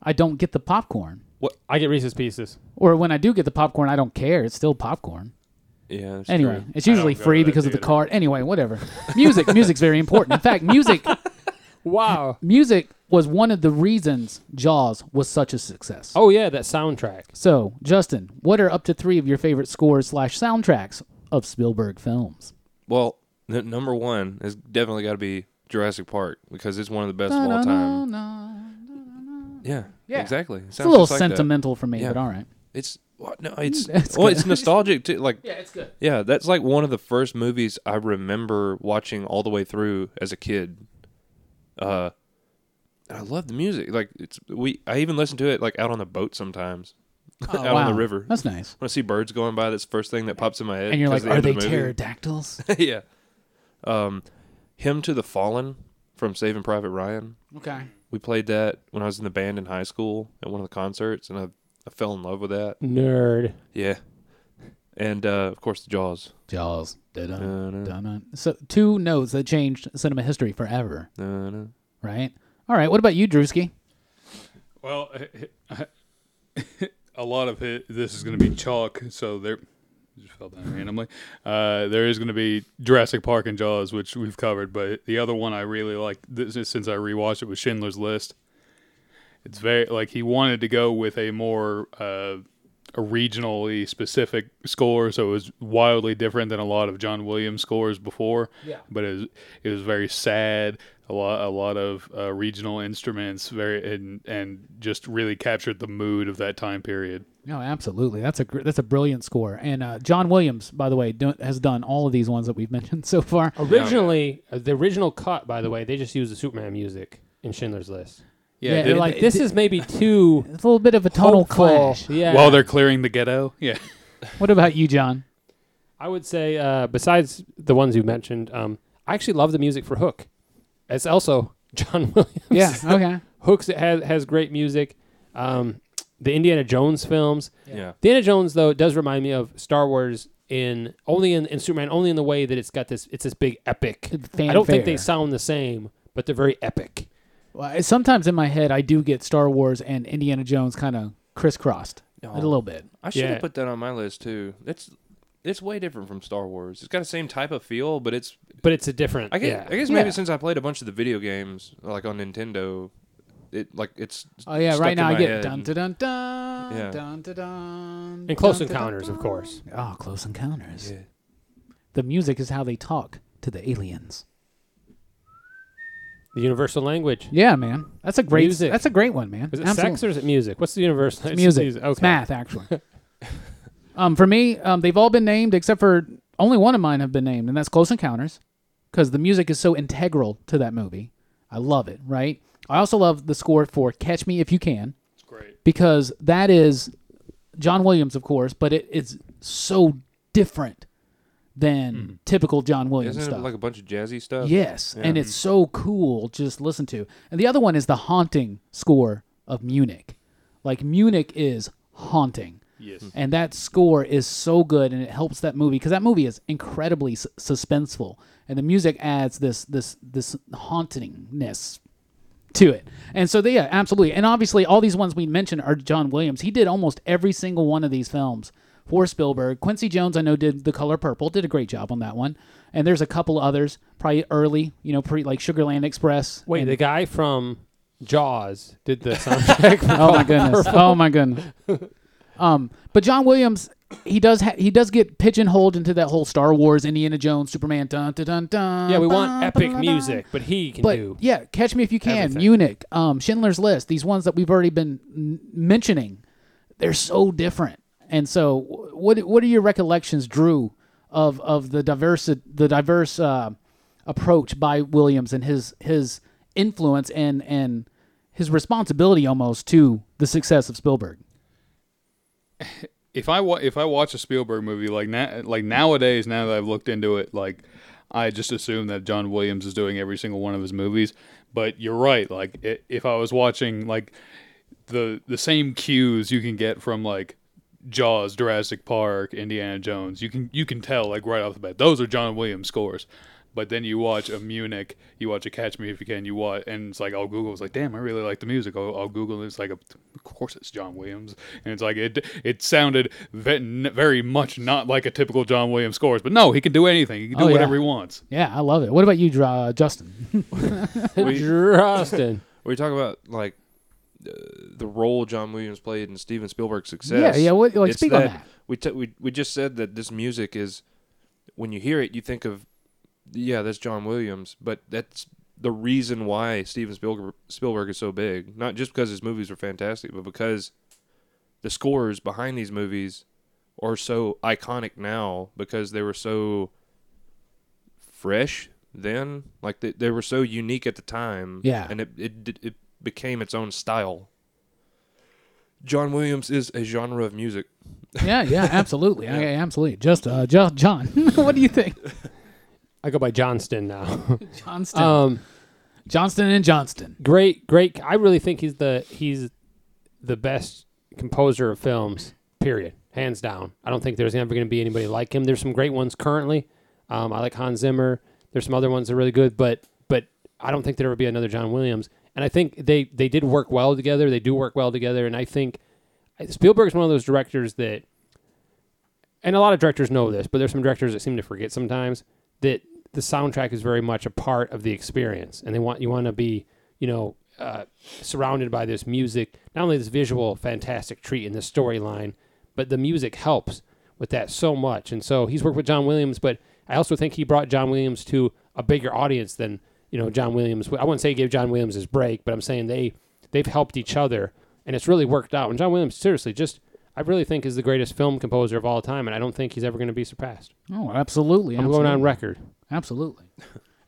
I don't get the popcorn, I get Reese's Pieces. or when I do get the popcorn, I don't care. It's still popcorn. Yeah. that's Anyway, true. it's usually go to free that because of the theater. card. Anyway, whatever. Music, music's very important. In fact, music, Wow. music was one of the reasons Jaws was such a success. Oh yeah, that soundtrack. So, Justin, what are up to three of your favorite scores slash soundtracks of Spielberg films? Well, the number one has definitely got to be Jurassic Park because it's one of the best of all time. Yeah, Yeah. exactly. It It's a sounds little Um, just like that. sentimental for me, Yeah. but all right. It's well, no, it's That's well, good. it's nostalgic too. Like Yeah, it's good. Yeah, that's like one of the first movies I remember watching all the way through as a kid. Uh and I love the music. Like it's we I even listen to it like out on the boat sometimes. out on the river. Oh, That's nice. When I see birds going by, that's the first thing that pops in my head. And you're 'cause like, of are the they end of the movie. pterodactyls? yeah. Um Hymn to the Fallen from Saving Private Ryan. okay. We played that when I was in the band in high school at one of the concerts and I I fell in love with that. Nerd. Yeah. And uh of course the Jaws. Jaws. Dun-dun, Dun, dun, dun-dun. So, two notes that changed cinema history forever, dun, dun. right? All right. What about you, Drewski? Well, a lot of it. This is going to be chalk. So there, just fell down randomly. Uh, there is going to be Jurassic Park and Jaws, which we've covered. But the other one I really like this is since I rewatched it was Schindler's List. It's very like he wanted to go with a more uh, a regionally specific score, so it was wildly different than a lot of John Williams scores before. Yeah, but it was, it was very sad. A lot a lot of uh, regional instruments, very and and just really captured the mood of that time period. No, absolutely. That's a gr- that's a brilliant score. And uh, John Williams, by the way, do, has done all of these ones that we've mentioned so far. Originally, uh, the original cut, by the way, they just used the Superman music in Schindler's List. Yeah, Yeah, did- They're it- like, it- this is maybe too It's a little bit of a tonal hopeful. clash. Yeah. while they're clearing the ghetto. Yeah, What about you, John? I would say, uh, besides the ones you mentioned, um, I actually love the music for Hook. It's also John Williams. Yeah. Okay. Hook's has has great music. Um, the Indiana Jones films. Yeah. The Indiana Jones though does remind me of Star Wars in only in, in Superman only in the way that it's got this it's this big epic. I don't think they Fanfare. sound the same, but they're very epic. Well, I- sometimes in my head, I do get Star Wars and Indiana Jones kind of crisscrossed No. a little bit. I should Yeah. have put that on my list too. That's it's way different from Star Wars. It's got the same type of feel, but it's But it's a different. I guess yeah. I guess maybe Yeah. since I played a bunch of the video games like on Nintendo, it like it's Uh, Oh yeah, stuck right in now I my get head. dun dun dun dun Yeah. dun dun dun. and Close dun, dun, Encounters, dun, of course. dun. Oh, Close Encounters. Yeah. The music is how they talk to the aliens. The universal language. Yeah, man, that's a great Music. that's a great one, man. Is it Absolutely. sex or is it music? What's the universal? It's music. It's Okay. math, actually. um, for me, um, they've all been named except for only one of mine have been named, and that's Close Encounters, because the music is so integral to that movie. I love it, right? I also love the score for Catch Me If You Can, it's great. because that is John Williams, of course, but it is so different than Hmm. typical John Williams Isn't stuff. it like a bunch of jazzy stuff? Yes, and it's so cool just listen to. And the other one is the haunting score of Munich. Like Munich is haunting. Yes. And that score is so good and it helps that movie cuz that movie is incredibly s- suspenseful and the music adds this this this hauntingness to it. And so they yeah, absolutely. And obviously all these ones we mentioned are John Williams. He did almost every single one of these films for Spielberg. Quincy Jones I know did The Color Purple, did a great job on that one. And there's a couple others, probably early, you know, pre like Sugarland Express. Wait, and- the guy from Jaws did the soundtrack. Oh my goodness. Oh my goodness. Um, but John Williams he does ha- he does get pigeonholed into that whole Star Wars, Indiana Jones, Superman, dun dun dun dun. Yeah, we dun, want epic dun, dun, music, but he can But do. yeah, Catch Me If You Can, everything. Munich, um, Schindler's List, these ones that we've already been n- mentioning, they're so different. And so, wh- what what are your recollections, Drew, of of the diverse the diverse uh, approach by Williams and his his influence and and his responsibility almost to the success of Spielberg? if I wa- if I watch a Spielberg movie like na- like nowadays, now that I've looked into it, like I just assume that John Williams is doing every single one of his movies. But you're right. Like i if I was watching like the the same cues you can get from like Jaws, Jurassic Park, Indiana Jones, you can you can tell like right off the bat those are John Williams scores. But then you watch a Munich, you watch a Catch Me If You Can, you watch, and it's like I'll Google. It's like, damn, I really like the music. I'll, I'll Google. It's like, of course, it's John Williams, and it's like it. It sounded ve- very much not like a typical John Williams scores, but no, he can do anything. He can do Oh, yeah. whatever he wants. Yeah, I love it. What about you, Dr- uh, Justin? we, Justin. we talk about like uh, the role John Williams played in Steven Spielberg's yeah, success. yeah. What, like, It's speak on that. We, t- we we just said that this music is when you hear it, you think of yeah, that's John Williams, but that's the reason why Steven Spielberg Spielberg is so big. Not just because his movies are fantastic, but because the scores behind these movies are so iconic now because they were so fresh then like they, they were so unique at the time Yeah. and it, it did- it became its own style john williams is a genre of music Yeah, yeah, absolutely. yeah. absolutely. Just uh, Jo- John, what do you think? I go by Johnston now. Johnston, um, Johnston, and Johnston. great, great. I really think he's the he's the best composer of films. Period, hands down. I don't think there's ever going to be anybody like him. There's some great ones currently. Um, I like Hans Zimmer. There's some other ones that are really good, but but I don't think there will be another John Williams. And I think they they did work well together. They do work well together. And I think Spielberg's one of those directors that and a lot of directors know this, but there's some directors that seem to forget sometimes that the soundtrack is very much a part of the experience, and they want you want to be, you know, uh, surrounded by this music, not only this visual fantastic treat in the storyline, but the music helps with that so much. And so he's worked with John Williams, but I also think he brought John Williams to a bigger audience than you know John Williams. I wouldn't say he gave John Williams his break, but I'm saying they they've helped each other, and it's really worked out. And John Williams, seriously, just I really think is the greatest film composer of all time, and I don't think he's ever going to be surpassed. Oh, absolutely. I'm absolutely. going on record. Absolutely.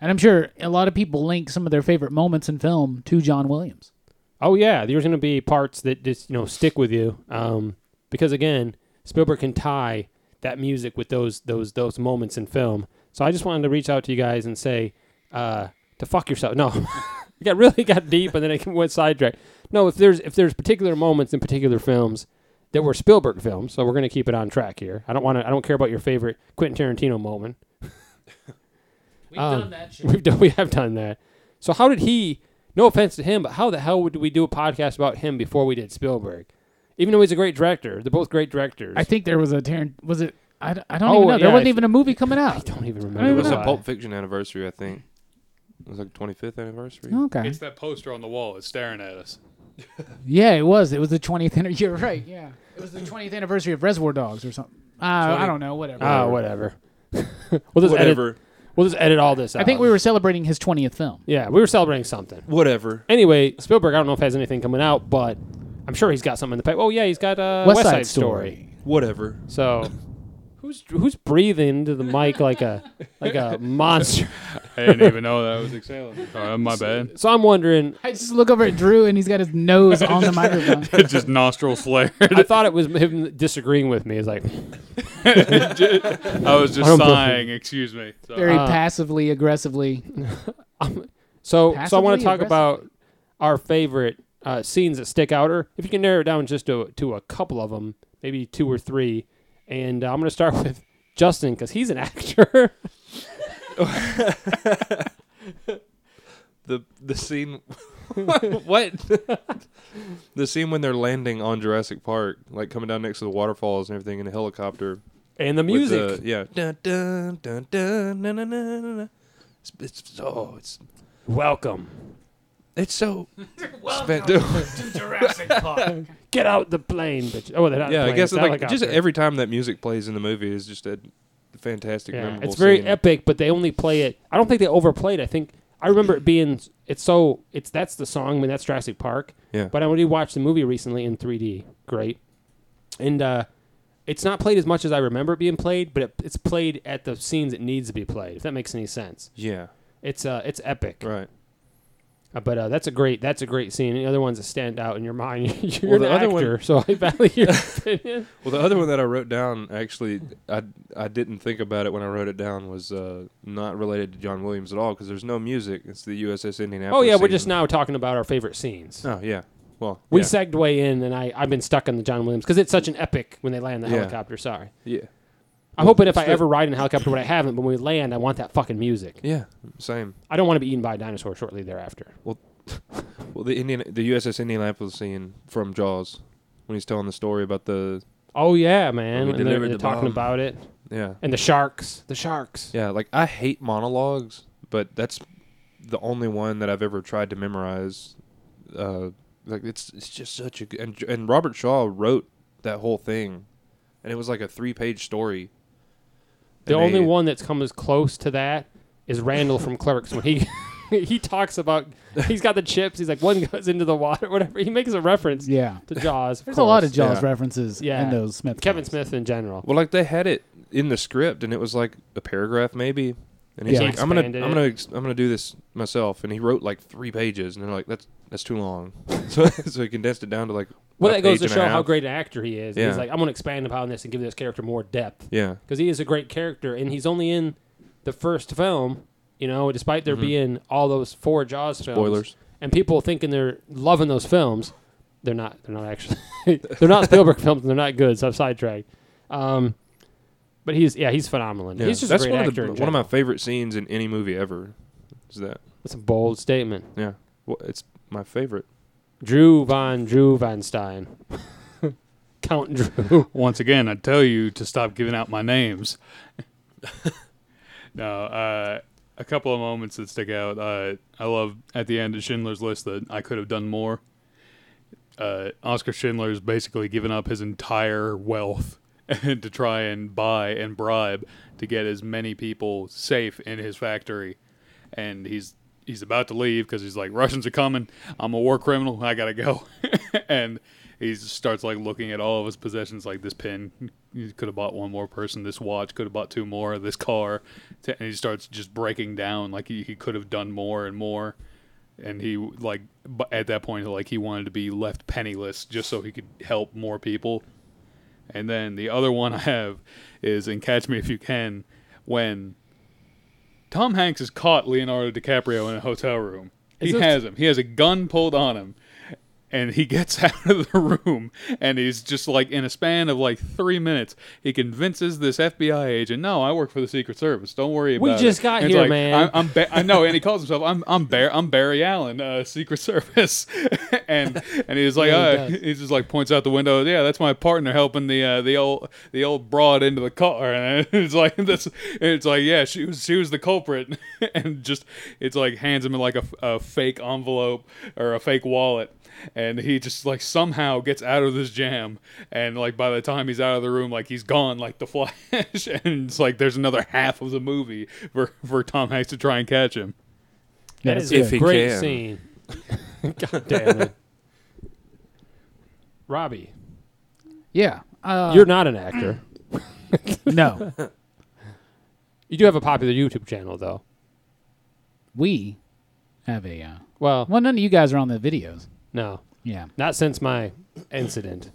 And I'm sure a lot of people link some of their favorite moments in film to John Williams. Oh yeah, there's going to be parts that just you know stick with you, um, because again, Spielberg can tie that music with those those those moments in film. So I just wanted to reach out to you guys and say uh, to fuck yourself. No, it got really got deep, and then it went sidetracked. No, if there's if there's particular moments in particular films that were Spielberg films, so we're going to keep it on track here. I don't want to. I don't care about your favorite Quentin Tarantino moment. We've Um, done that. We've done, we have done that. So how did he? No offense to him, but how the hell would we do a podcast about him before we did Spielberg? Even though he's a great director, they're both great directors. I think there was a Tarant. Was it? I, d- I don't Oh, even know. yeah, there wasn't I- even a movie coming I out. don't even remember. I It don't was know. a why. Pulp Fiction anniversary, I think. It was like 25th anniversary. Okay. It's that poster on the wall. It's staring at us. Yeah, it was. It was the 20th. anniver- You're right. Yeah, it was the 20th anniversary of Reservoir Dogs or something. Uh, I Twenty- don't know. Whatever. Ah, whatever. we'll just edit. Whatever. We'll just edit all this. out. I think we were celebrating his 20th film. Yeah, we were celebrating something. Whatever. Anyway, Spielberg. I don't know if has anything coming out, but I'm sure he's got something in the pipe. Oh yeah, he's got uh, West, Side, Story. Whatever. So. Who's, who's breathing into the mic like a like a monster? I didn't even know that was exhaling. Oh, my bad. So I'm wondering. I just look over at Drew and he's got his nose on the microphone. Uh, It's just nostril flared. I thought it was him disagreeing with me. He's like, I was just don't believe- sighing. Excuse me. So- Very Uh, passively aggressively. So, so I want to Passively talk aggressive. about our favorite uh, scenes that stick out, or if you can narrow it down just to, to a couple of them, maybe two or three. And uh, I'm going to start with Justin because he's an actor. The the scene. what? the scene when they're landing on Jurassic Park, like coming down next to the waterfalls and everything in a helicopter. and the with music. the- yeah. Dun, dun, dun, dun, na, na, na, na, na. It's, it's, oh, it's Welcome It's so. Welcome spent- to Jurassic Park. Get out the plane, bitch. Oh, they're not. yeah, I planes, guess it's like helicopter. just every time that music plays in the movie is just a fantastic, Yeah, memorable. it's very scene. epic, but they only play it. I don't think they overplayed. it. I think I remember it being. It's so. It's that's the song. I mean, that's Jurassic Park. Yeah. But I already watched the movie recently in 3D. Great. And uh, it's not played as much as I remember it being played, but it, it's played at the scenes it needs to be played. If that makes any sense, Yeah, it's uh, it's epic. right. Uh, but uh, that's a great that's a great scene. The other ones that stand out in your mind, you're Well, the the other one- actor, so I value your opinion. Well, the other one that I wrote down actually, I I didn't think about it when I wrote it down was uh, not related to John Williams at all because there's no music. It's the USS Indianapolis. Oh yeah, we're just season. now talking about our favorite scenes. Oh yeah. Well, We yeah. segued segue in, and I I've been stuck on the John Williams because it's such an epic when they land the Yeah. helicopter. Sorry, yeah, I'm hoping if I the- ever ride in a helicopter, when I haven't, but when we land, I want that fucking music. yeah, same. I don't want to be eaten by a dinosaur shortly thereafter. Well, the Indian, the USS Indianapolis scene from Jaws, when he's telling the story about the Oh yeah, man, we and they're, delivered they're the talking bomb. about it, yeah, and the sharks, the sharks. yeah. Like I hate monologues, but that's the only one that I've ever tried to memorize. Uh, like it's it's just such a good, and and Robert Shaw wrote that whole thing, and it was like a three page story. The And only they- one that's come as close to that is Randall from Clerks when he he talks about he's got the chips. He's like one goes into the water, whatever. He makes a reference Yeah. to Jaws. of There's a lot of course. Jaws yeah. references Yeah. in those Smith. Kevin films. Smith in general. Well, like they had it in the script, and it was like a paragraph maybe. And he's Yeah. like, "I'm gonna, I'm Expanded gonna, ex- I'm gonna do this myself." And he wrote like three pages, and they're like, "That's that's too long." so, so he condensed it down to like. Well, a that goes to page and a show how half. great an actor he is. He's Yeah. like, I'm going to expand upon this and give this character more depth Yeah, because he is a great character, and he's only in the first film. You know, despite there being all those four Jaws films, Mm-hmm. Spoilers. and people thinking they're loving those films, they're not. They're not actually. they're not Spielberg films, and they're not good. So I'm sidetracked. Um, but he's yeah, he's phenomenal. yeah. He's just that's a great one actor. of the, one of my favorite scenes in any movie ever. Is that? That's a bold statement. Yeah, well, it's my favorite. Drew von Drew von Stein, Count Drew. Once again, I tell you to stop giving out my names. no, uh, a couple of moments that stick out. Uh, I love at the end of Schindler's List that I could have done more. Uh, Oscar Schindler's basically given up his entire wealth to try and buy and bribe to get as many people safe in his factory, and he's he's about to leave because he's like Russians are coming. I'm a war criminal. I gotta go, and he starts like looking at all of his possessions like this pin you could have bought one more person this watch could have bought two more this car t- and he starts just breaking down like he, he could have done more and more and he like but at that point like he wanted to be left penniless just so he could help more people and then the other one i have is in catch me if you can when tom hanks has caught leonardo dicaprio in a hotel room he Is this- has him he has a gun pulled on him and he gets out of the room and he's just like in a span of like three minutes he convinces this fbi agent no i work for the secret service don't worry We about it just got And it's here, like, man. "I'm- I'm ba- I know, and he calls himself I'm I'm Bar- I'm Barry Allen, uh, Secret Service, and and he's like Yeah, uh, he he, just like points out the window. Yeah, that's my partner helping the uh, the old the old broad into the car, and it's like that's it's like yeah, she was she was the culprit, and just it's like hands him like a, a fake envelope or a fake wallet, and he just like somehow gets out of this jam, and like by the time he's out of the room, like he's gone like the Flash, and it's like there's another half of the movie for for Tom Hanks to try and catch him. Yeah, That is If a he great can. scene. God damn it, Robbie. Yeah. Uh, You're not an actor. no. You do have a popular YouTube channel, though. We have a. Uh, Well, well, none of you guys are on the videos. no, Yeah. not since my incident.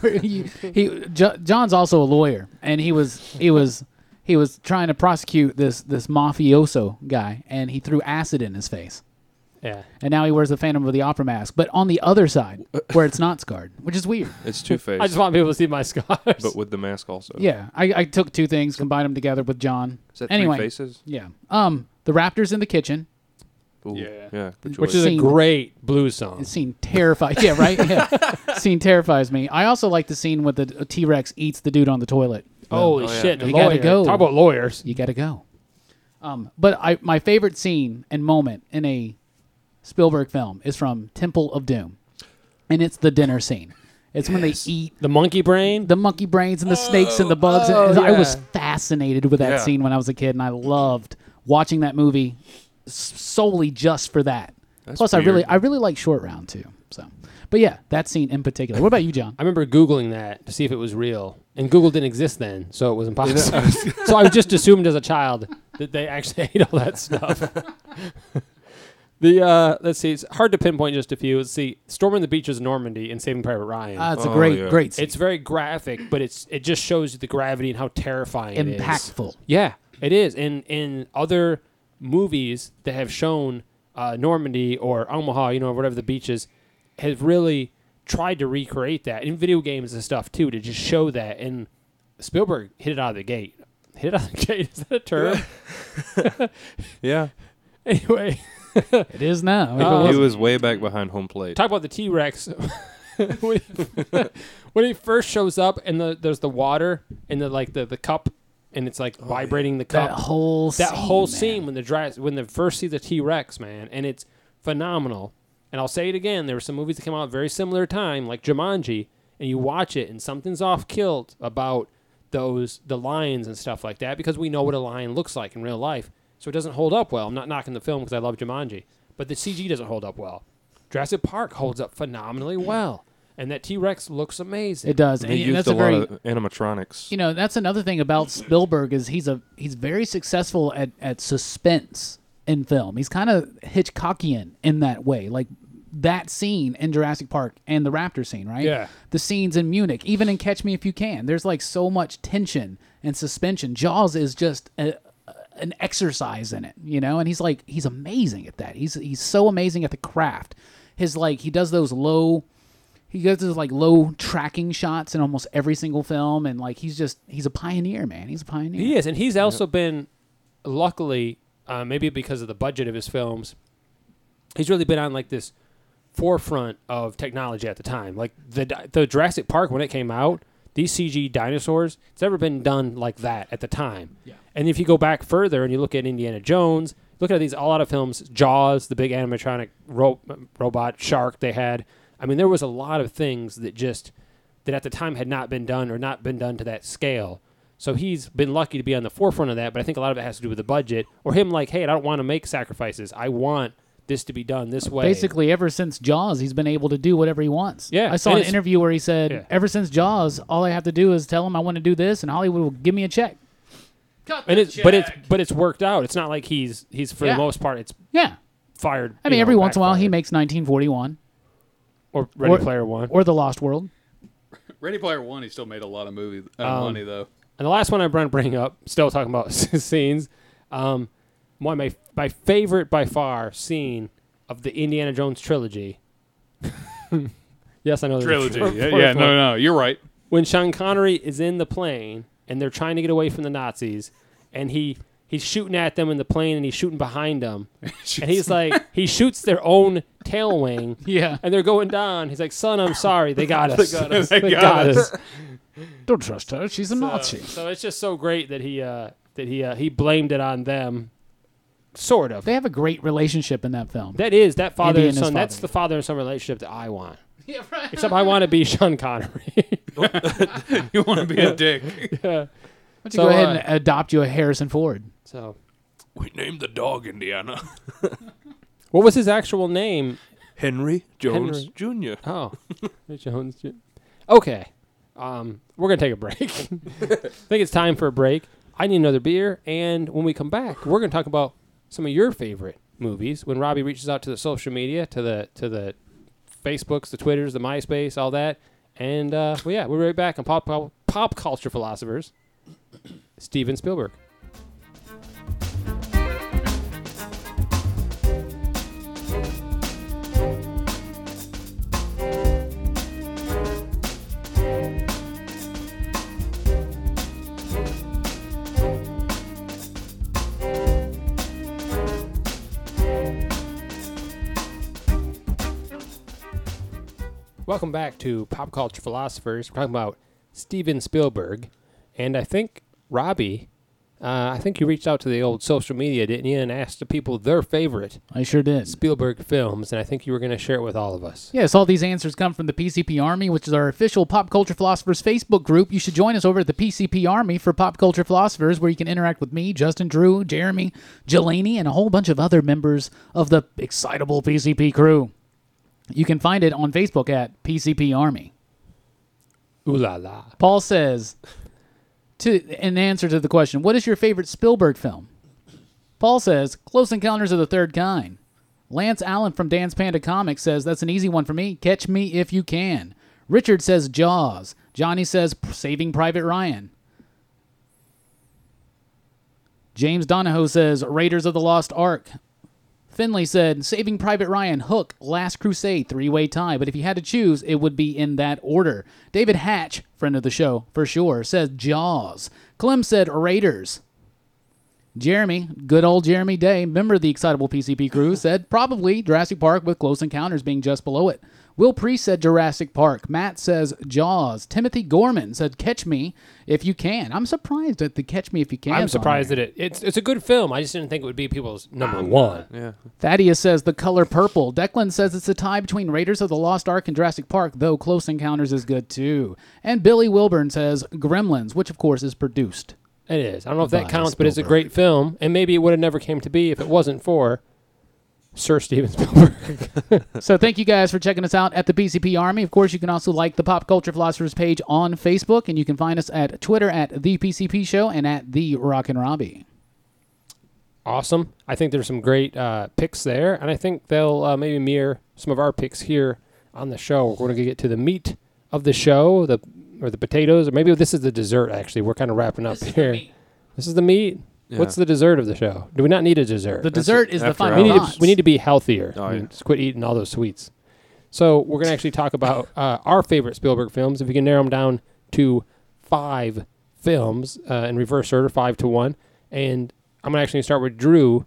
Where you- he jo- John's also a lawyer, and he was he was he was trying to prosecute this this mafioso guy, and he threw acid in his face, Yeah, and now he wears the Phantom of the Opera mask, but on the other side where it's not scarred, which is weird. It's Two I just Face, want people to see my scars. but with the mask also. Yeah, I, I took two things, combined them together with John. Is that anyway, three faces? yeah. Um, the Raptors in the kitchen. Ooh, Yeah. yeah. Good which choice. is a Scene. great blues song. The scene terrifies. Yeah, right. Yeah. scene terrifies me. I also like the scene with the T Rex eats the dude on the toilet. Holy Oh, yeah. shit! The You gotta lawyer. go. Talk about lawyers. you gotta go. Um, but I my favorite scene and moment in a Spielberg film is from Temple of Doom, and it's the dinner scene. It's when they eat The monkey brain. the monkey brains and the snakes and the bugs. and- oh, and I yeah. was fascinated with that Yeah. scene when I was a kid, and I loved watching that movie s- solely just for that. That's Plus, I weird. really, I really like Short Round too. So, but yeah, that scene in particular. What about you, John? I remember Googling that to see if it was real, and Google didn't exist then, so it was impossible. so I just assumed as a child that they actually ate all that stuff. the uh, let's see, it's hard to pinpoint just a few. Let's see, storming the beaches of Normandy and Saving Private Ryan. Ah, it's a Oh, great, yeah. great scene. it's very graphic, but it's it just shows you the gravity and how terrifying it is. impactful. Yeah, it is. In in other movies that have shown uh, Normandy or Omaha, you know, whatever the beaches, have really tried to recreate that in video games and stuff too to just show that. And Spielberg hit it out of the gate. Hit it out of the gate is that a term? Yeah, anyway, It is now. Oh, If it Uh, wasn't- he was way back behind home plate. talk about the T Rex. when, he- when he first shows up and the, there's the water and the like the, the cup and it's like vibrating the cup. that whole that scene, whole man. scene when the dry, when the first see the T Rex man, and it's phenomenal. And I'll say it again: there were some movies that came out very similar time, like Jumanji, and you watch it, and something's off kilt about those the lions and stuff like that because we know what a lion looks like in real life, so it doesn't hold up well. I'm not knocking the film because I love Jumanji, but the CG doesn't hold up well. Jurassic Park holds up phenomenally well, and that T Rex looks amazing. It does, and, He and used that's a a very lot of animatronics. you know that's another thing about Spielberg is he's a he's very successful at at suspense in film. He's kind of Hitchcockian in that way, like that scene in Jurassic Park and the raptor scene, right? Yeah. The scenes in Munich, even in Catch Me If You Can, there's like so much tension and suspension. Jaws is just a, an exercise in it, you know. And he's like he's amazing at that. He's he's so amazing at the craft. His like he does those low he goes to like low tracking shots in almost every single film and like he's just he's a pioneer man he's a pioneer He is, and he's also been, luckily, uh, maybe because of the budget of his films, he's really been on like this forefront of technology at the time. Like the di- the Jurassic Park when it came out, these CG dinosaurs, it's never been done like that at the time. Yeah. And if you go back further and you look at Indiana Jones, look at these a lot of films, Jaws, the big animatronic ro- robot shark they had. I mean, there was a lot of things that just that at the time had not been done or not been done to that scale. So he's been lucky to be on the forefront of that, but I think a lot of it has to do with the budget or him like, hey, I don't want to make sacrifices. I want this to be done this way. basically ever since jaws he's been able to do whatever he wants Yeah, i saw and an it's- interview where he said Yeah. ever since jaws all i have to do is tell him i want to do this and hollywood will give me a check and it's but it's but it's worked out. It's not like he's he's for Yeah. the most part it's yeah fired. i mean you know, every once in a while he backfired. makes 1941 or Ready or- Player One. or the lost world Ready Player One, he still made a lot of movie uh, money though. and the last one I'm going to bring up, still talking about scenes. Um, one of my my favorite by far scene of the Indiana Jones trilogy. yes, I know there's a Trilogy. fourth- Yeah, fourth yeah, no, one. no, you're right. when Sean Connery is in the plane and they're trying to get away from the Nazis, and he he's shooting at them in the plane and he's shooting behind them, and he's like he shoots their own tail wing, yeah and they're going down. He's like, "Son, I'm sorry, they got us, they got us, They got don't trust her she's a So, nazi so it's just so great that he uh, that he uh, he blamed it on them, sort of. they have a great relationship in that film That is that father Indian and is son. That's father. the father and son relationship that I want. Yeah, right. Except I want to be Sean Connery. You want to be a dick? why don't you so, go ahead uh, and adopt you a harrison ford so, we named the dog Indiana what was his actual name Henry Jones Jr. Oh, Miss Jones. Ju- Okay, um, we're gonna take a break. I think it's time for a break. I need another beer, and when we come back, we're gonna talk about some of your favorite movies. When Robbie reaches out to the social media, to the to the Facebooks, the Twitters, the MySpace, all that, and uh, well, yeah, we're right back on pop pop, pop culture philosophers. Steven Spielberg. Welcome back to Pop Culture Philosophers. We're talking about Steven Spielberg, and I think Robbie Uh, I think you reached out to the old social media, didn't you, and asked the people their favorite I sure did. Spielberg films, and I think you were going to share it with all of us. Yes, all these answers come from the PCP Army, which is our official Pop Culture Philosophers Facebook group. You should join us over at the PCP Army for Pop Culture Philosophers, where you can interact with me, Justin Drew, Jeremy, Jelani, and a whole bunch of other members of the excitable PCP crew. You can find it on Facebook at PCP Army. Ooh la la. Paul says, to in answer to the question, what is your favorite Spielberg film? Paul says, Close Encounters of the Third Kind. Lance Allen from Dan's Panda Comics says, That's an easy one for me. Catch me if you can. Richard says, Jaws. Johnny says, Saving Private Ryan. James Donahoe says, Raiders of the Lost Ark. Finley said, Saving Private Ryan, Hook, Last Crusade, three way tie. But if you had to choose, it would be in that order. David Hatch, friend of the show, for sure, says Jaws. Clem said Raiders. Jeremy, good old Jeremy Day, member of the excitable PCP crew, said probably Jurassic Park with Close Encounters being just below it. Will Priest said Jurassic Park. Matt says Jaws. Timothy Gorman said Catch Me If You Can. I'm surprised at the Catch Me If You Can. I'm surprised that it, it's it's a good film. I just didn't think it would be people's number one. Yeah. Thaddeus says the color purple. Declan says it's a tie between Raiders of the Lost Ark and Jurassic Park, though Close Encounters is good too. And Billy Wilburn says Gremlins, which of course is produced. It is. I don't know if that By counts, but it's a Spielberg. great film, and maybe it would have never came to be if it wasn't for Sir Steven Spielberg. so thank you guys for checking us out at the PCP Army. Of course, you can also like the Pop Culture Philosophers page on Facebook, and you can find us at Twitter at the PCP Show and at the Rockin' Robbie. awesome. I think there's some great uh, picks there, and I think they'll uh, maybe mirror some of our picks here on the show. We're going to get to the meat of the show, the or the potatoes, or maybe this is the dessert. Actually, we're kind of wrapping up here. This is the meat. What's Yeah. the dessert of the show? Do we not need a dessert? The dessert is the after final we need, thoughts. to, we need to be healthier. Oh, I mean, yeah. Just quit eating all those sweets. So we're gonna actually talk about uh, our favorite Spielberg films. If you can narrow them down to five films uh, in reverse order, five to one. And I'm gonna actually start with Drew.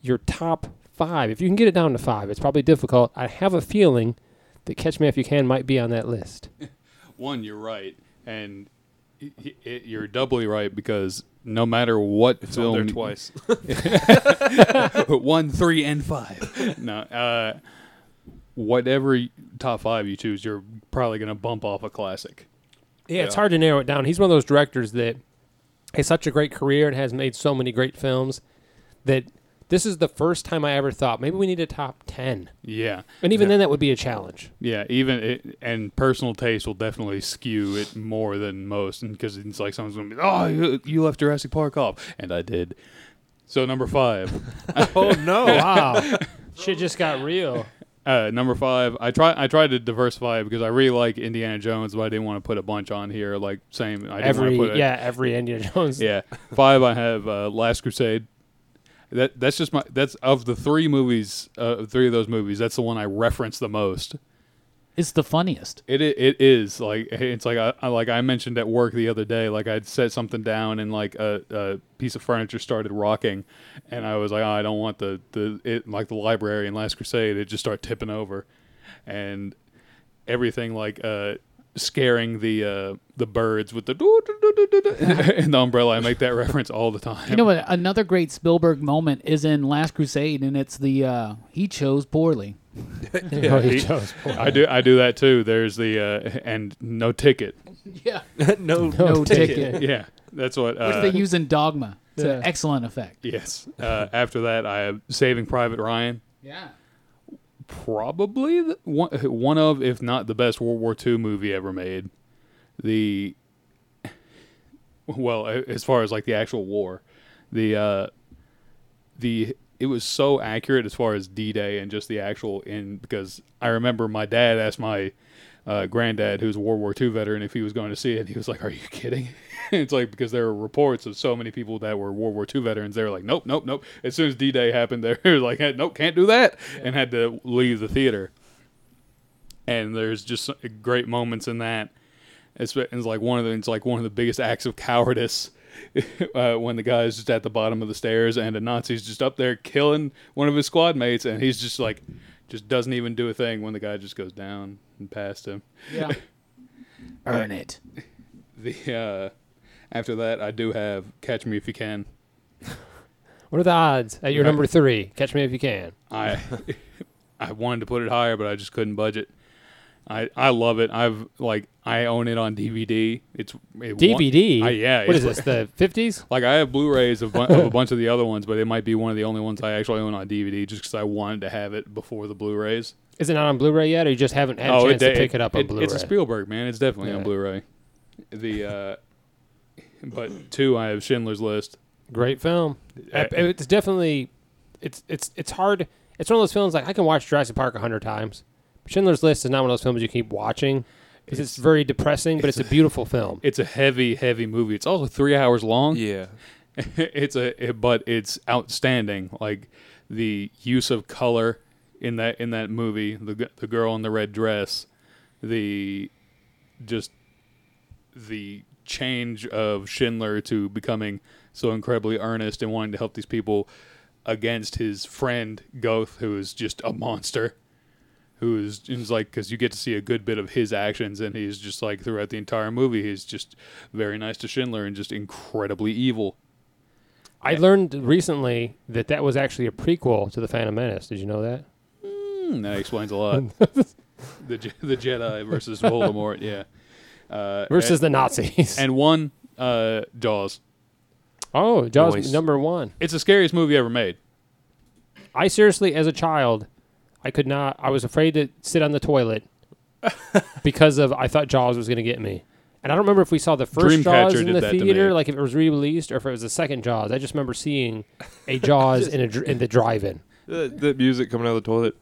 Your top five. If you can get it down to five, it's probably difficult. I have a feeling that Catch Me If You Can might be on that list. One, you're right, and i i i- you're doubly right because no matter what film, there twice. one, three, and five. no, uh, whatever y- top five you choose, you're probably gonna bump off a classic. Yeah, it's hard to narrow it down. He's one of those directors that has such a great career and has made so many great films that this is the first time I ever thought maybe we need a top 10. Yeah, And even then, that would be a challenge. Yeah, even it, and personal taste will definitely skew it more than most, because it's like someone's gonna be, oh, you, you left Jurassic Park off, and I did. So number five, oh no. Wow. Shit just got real. uh, number five, I try I tried to diversify because I really like Indiana Jones, but I didn't want to put a bunch on here. Like same, I didn't Every, want to put yeah, every Indiana Jones. it, yeah. Five, I have uh, Last Crusade. That that's just my that's of the three movies, uh, three of those movies. That's the one I reference the most. It's the funniest. It i- it is like it's like I, I like I mentioned at work the other day. Like I'd set something down and like a, a piece of furniture started rocking, and I was like, oh, I don't want the the it like the library in Last Crusade. It just started tipping over, and everything like uh scaring the uh the birds with the doo- doo- doo- doo- doo- doo- and the umbrella. I make that reference all the time. You know what? Another great Spielberg moment is in Last Crusade, and it's the uh, he chose poorly. Oh, he chose. I do I do that too. There's the uh and no ticket. Yeah. no. No ticket. Yeah, that's what. Uh, Which they use in Dogma to Yeah. excellent effect. Yes. Uh, after that, I have Saving Private Ryan. Yeah. Probably the, one, one of, if not the best World War II movie ever made. The, well, a- as far as like the actual war, the, uh, the, it was so accurate as far as D Day and just the actual in, because I remember my dad asked my, uh, granddad, who's a World War II veteran, if he was going to see it. He was like, "Are you kidding?" it's like because there were reports of so many people that were World War II veterans. They were like, "Nope, nope, nope." As soon as D Day happened, they were like, "Hey, "Nope, can't do that," and had to leave the theater. And there's just so- great moments in that. It's, it's like one of the it's like one of the biggest acts of cowardice. Uh, when the guy's just at the bottom of the stairs and a Nazi's just up there killing one of his squad mates, and he's just like, just doesn't even do a thing when the guy just goes down and past him Yeah. Earn it. the uh After that, I do have Catch Me If You Can. What are the odds at your Right. number three? Catch me if you can. I I wanted to put it higher, but I just couldn't budget. I, I love it. I've like I own it on DVD. It's it DVD. Won, I, yeah. What it's is this? The fifties? Like I have Blu-rays of, bu- of a bunch of the other ones, but it might be one of the only ones I actually own on DVD, just because I wanted to have it before the Blu-rays. Is it not on Blu-ray yet, or you just haven't had a Oh, it chance de- to pick it up on Blu-ray? It's a Spielberg man. It's definitely on Yeah. Blu-ray. The uh, but two I have Schindler's List. Great film. Uh, Ep- It's definitely. It's it's it's hard. It's one of those films like I can watch Jurassic Park a hundred times. Schindler's List is not one of those films you keep watching because it's, very depressing, but it's, a beautiful film. It's a heavy, heavy movie. It's also three hours long. Yeah. it's a it- but it's outstanding like the use of color in that in that movie the g- the girl in the red dress the just the change of Schindler to becoming so incredibly earnest and wanting to help these people against his friend Goth who is just a monster who's is like because you get to see a good bit of his actions and he's just like throughout the entire movie he's just very nice to Schindler and just incredibly evil I learned recently that that was actually a prequel to the Phantom Menace. Did you know that? Hmm, that explains a lot. the Je- the Jedi versus Voldemort, yeah. Uh, Versus and, the Nazis. and one uh, Jaws. oh, Jaws Nice. number one. It's the scariest movie ever made. I seriously, as a child, I could not. I was afraid to sit on the toilet because of I thought Jaws was going to get me. And I don't remember if we saw the first Dreamcatcher Jaws in did the that to theater, me. like if it was re-released, or if it was the second Jaws. I just remember seeing a Jaws in a dr- in the drive-in. The, the music coming out of the toilet.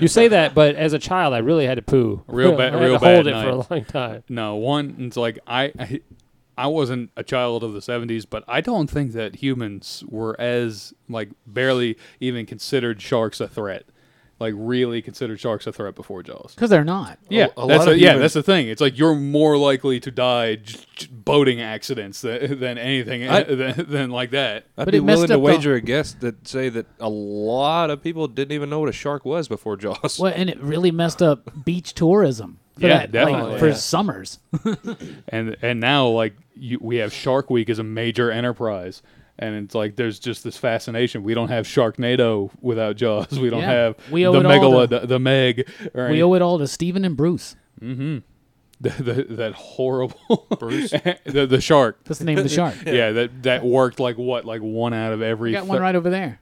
You say that, but as a child, I really had to poo. Real ba- I had to real hold bad it night. for a long time. No, one. It's like I, I I wasn't a child of the '70s, but I don't think that humans were as like barely even considered sharks a threat. Like really considered sharks a threat before Jaws. Because they're not. Yeah, a that's lot of a- yeah, humans- that's the thing. It's like you're more likely to die j- j- boating accidents than, than anything I- than, than like that. I'd But be it messed willing to up the- wager a guess that say that a lot of people didn't even know what a shark was before Jaws. Well, and it really messed up beach tourism. For Yeah, that, definitely. Like, for Yeah. summers. And and now like you, we have Shark Week as a major enterprise, and it's like there's just this fascination. We don't have Sharknado without Jaws. We don't Yeah. have We owe the it all Megala, to- the, the Meg, or We any- owe it all to Stephen and Bruce. the, the, that horrible the, the shark. That's the name of the shark. Yeah. that that worked like what like one out of every. We got one thir- right over there,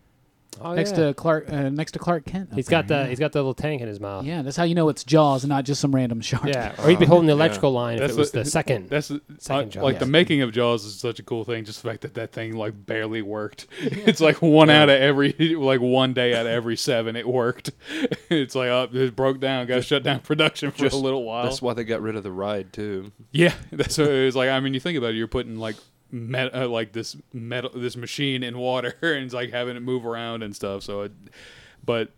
Oh, next yeah. to Clark. Uh, next to Clark Kent. up he's got there. Mm-hmm. the he's got the little tank in his mouth. Yeah, Yeah, that's how you know it's Jaws and not just some random shark. or he'd be holding the electrical line if That's it was the- the, second. That's the- Second I- like the Jaws. making of Jaws is such a cool thing. Just the fact that that thing like barely worked. It's like one out of every like one day out of every seven it worked. It's like up, it broke down, got to shut down production for Just- a little while. That's why they got rid of the ride too. yeah, that's what it was like. I mean, you think about it, you're putting like met, uh, like this metal this machine in water and it's like having it move around and stuff. So, it, but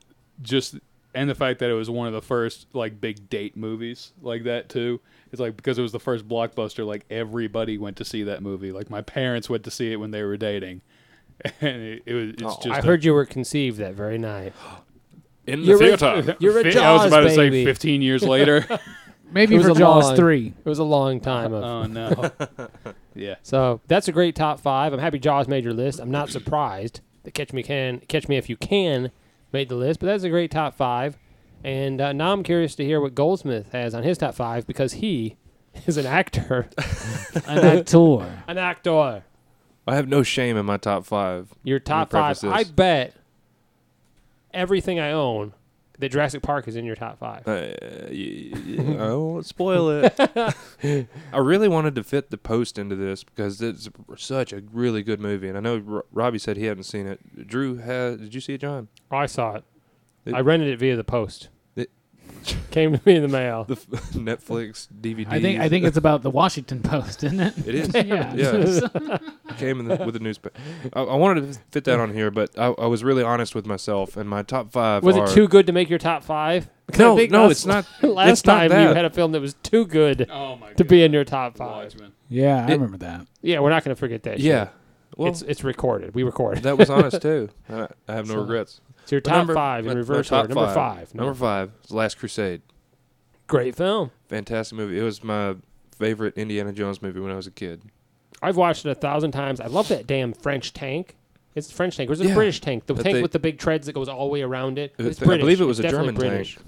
just and the fact that it was one of the first like big date movies like that too. It's like because it was the first blockbuster, like everybody went to see that movie. Like my parents went to see it when they were dating, and it, it was it's Oh, just. I a- heard you were conceived that very night. In the You're right. theater. You're a Fi- I was Jaws about to say baby. 15 years later. Maybe It was for a Jaws long- three. It was a long time of oh no. Yeah. So that's a great top five. I'm happy Jaws made your list. I'm not surprised that Catch Me Can Catch Me If You Can made the list, but that's a great top five. And uh, now I'm curious to hear what Goldsmith has on his top five because he is an actor, An actor. an actor. I have no shame in my top five. Your top Let me five. preface I this. bet everything I own that Jurassic Park is in your top five. Uh, y- y- I won't spoil it. I really wanted to fit the post into this because it's such a really good movie, and I know R- Robbie said he hadn't seen it. Drew, has, did you see it, John? Oh, I saw it. It- I rented it via the post. It- Came to me in the mail. The f- Netflix DVD. I think I think it's about the Washington Post, isn't it? it is. Yeah. Yeah. came in the, with the newspaper. I, I wanted to fit that on here, but I, I was really honest with myself, and my top five. Was are- it too good to make your top five? 'Cause I No, think no, last- it's not. Last it's not time you that. had a film that was too good Oh my. to be in your top five. Watchmen. Yeah, I It- remember that. Yeah, we're not going to forget that. shit. Yeah. Well, it's it's recorded. We recorded. that was honest too. I, I have no So- regrets. It's your But top number- five in my- my reverse top order. Number five. Number five is Last Crusade. Great film. Fantastic movie. It was my favorite Indiana Jones movie when I was a kid. I've watched it a thousand times. I love that damn French tank. It's a French tank. Or is it a Yeah. British tank? The That tank they- with the big treads that goes all the way around it. I It's th- I British. believe it was It's a definitely German British.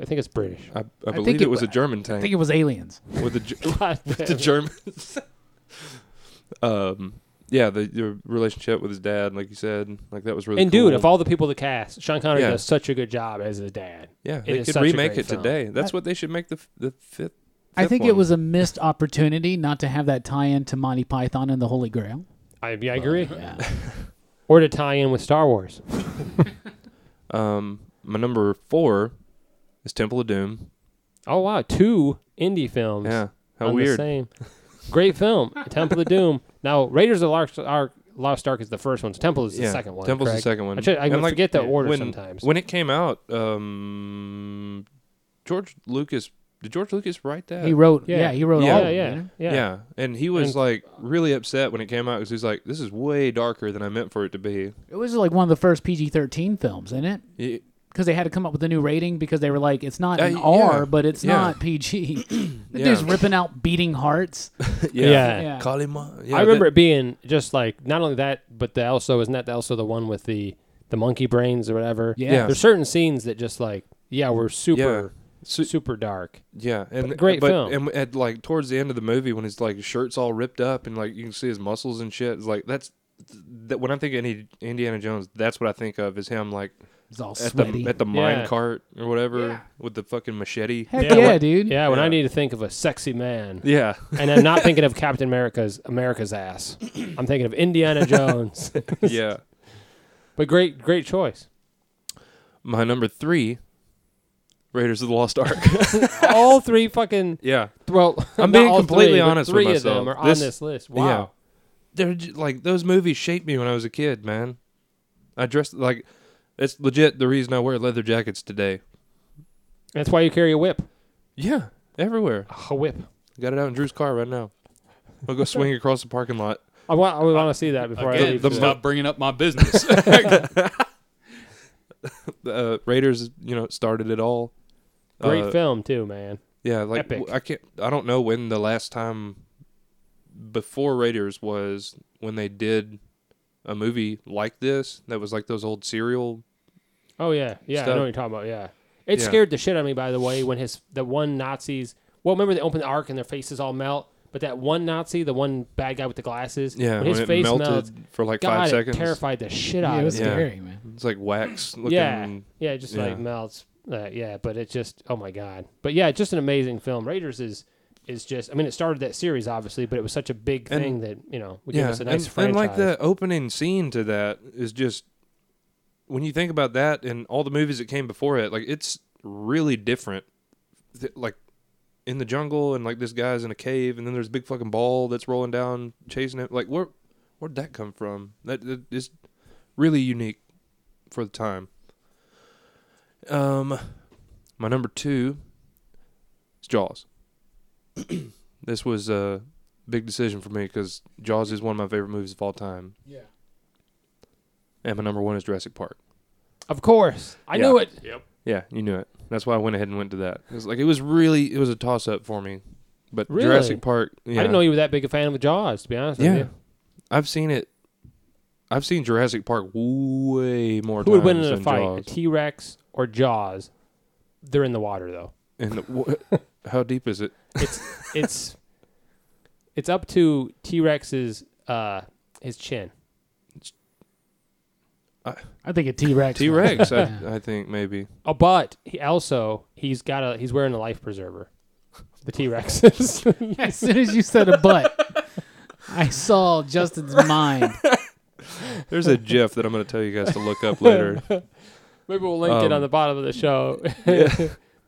I think it's British. I, I think believe it it was a wa- German I think tank it was aliens. with a Ge- God with the damn it. Germans. um, yeah, the your relationship with his dad, like you said, like that was really. and dude, cool. of all the people to cast, Sean Connery Yeah. does such a good job as his dad. yeah, it they is could such a remake great it film. today. That's what they should make the f- the fifth. I fifth think it one. was a missed opportunity not to have that tie in to Monty Python and the Holy Grail. I, Oh, yeah, I agree. Yeah. Or to tie in with Star Wars. Um, my number four is Temple of Doom. Oh wow, two indie films. Yeah, how on The weird. same. Great film, Temple of Doom. Now, Raiders of the Lost Ark, Lost Ark is the first one. So Temple is the yeah, second one. Temple's correct? the second one. I, should, I And, like, forget the yeah, order when, sometimes. When it came out, um, George Lucas did George Lucas write that? He wrote, yeah, Yeah. he wrote Yeah. all Oh, yeah, of yeah, them. yeah, Yeah, and he was And- like really upset when it came out because he's like, "This is way darker than I meant for it to be." It was like one of the first PG 13 films, isn't it? Y- Because they had to come up with a new rating because they were like, it's not Uh, an yeah. R, but it's Yeah. not PG. the Yeah. dude's ripping out beating hearts. Yeah, Yeah. Yeah. Call him up. Yeah, I remember that- it being just like not only that, but the also isn't that also the one with the the monkey brains or whatever. Yeah. Yeah. there's certain scenes that just like yeah, we're super Su- super dark. yeah, and great but, film. And at like towards the end of the movie, when his like shirt's all ripped up and like you can see his muscles and shit, it's like that's that. When I think of Indi- Indiana Jones, that's what I think of is him like It's all at sweaty. the at the Yeah. mine cart or whatever with the fucking machete. Heck yeah, Yeah. dude. Yeah, when I Yeah. need to think of a sexy man, Yeah, and I'm not thinking of Captain America's America's ass. I'm thinking of Indiana Jones. yeah. but great, great choice. My number three, Raiders of the Lost Ark. All three fucking yeah, well. I'm not being all completely three, but honest with three myself. of them are This- on this list. Wow. Yeah. They're j- like those movies shaped me when I was a kid, man. I dressed like it's legit the reason I wear leather jackets today. That's why you carry a whip. Yeah, everywhere. A whip. Got it out in Drew's car right now. I'll go swing across the parking lot. I want. I want to see that before I Again, leave. the today. stop bringing up my business. The uh, Raiders, you know, started it all. great uh, film too, man. Yeah, like Epic. w- I can't. I don't know when the last time before Raiders was when they did a movie like this that was like those old serial. Oh yeah, yeah. I Stuff. know what you're talking about. Yeah, it Yeah. scared the shit out of me. By the way, when his the one Nazis. Well, remember they open the ark and their faces all melt. But that one Nazi, the one bad guy with the glasses, Yeah, when his it face melted melts, for like God, five it seconds. terrified the shit out Yeah, it of was me. Yeah. scary, man. It's like wax looking. Yeah, yeah, it just like yeah. melts. Uh, yeah, but it just oh my god. But yeah, just an amazing film. Raiders is is just. I mean, it started that series obviously, but it was such a big And- thing that you know would give us a nice and, franchise. and like the opening scene to that is just when you think about that and all the movies that came before it, like it's really different. Th- Like in the jungle, and like this guy's in a cave, and then there's a big fucking ball that's rolling down, chasing it. Like where where'd that come from? That, that is really unique for the time. Um, my number two is Jaws. this was uh big decision for me because Jaws is one of my favorite movies of all time. Yeah. And my number one is Jurassic Park. of course, I Yeah. knew it. Yeah, you knew it. That's why I went ahead and went to that. It was like it was really it was a toss up for me, but Really? Jurassic Park. Yeah. I didn't know you were that big a fan of Jaws. To be honest Yeah. with you, I've seen it. I've seen Jurassic Park way more who times would win in a than fight, a Jaws. T Rex or Jaws? They're in the water though. and wha- how deep is it? It's it's it's up to T Rex's uh his chin. I think a T Rex. T Rex, I, Yeah. I think maybe. Oh, but he also he's got a he's wearing a life preserver. The T Rexes. As soon as you said a butt, I saw Justin's mind. There's a GIF that I'm going to tell you guys to look up later. Maybe we'll link it on Um, the bottom of the show.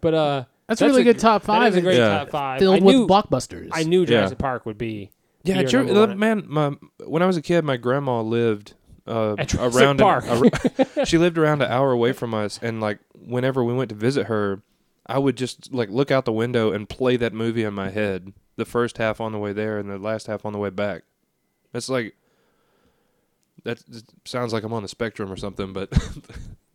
but uh, That's, That's really a good gr- top five. that is a and great Yeah. top five. Filled I with knew blockbusters. I knew Yeah. Jurassic Park would be Yeah, your Jer- number the- one. man, my when I was a kid, my grandma lived uh, At Jurassic around. Park. An, ar- she lived around an hour away from us, and like whenever we went to visit her, I would just like look out the window and play that movie in my head. The first half on the way there, and the last half on the way back. It's like that sounds like I'm on the spectrum or something, but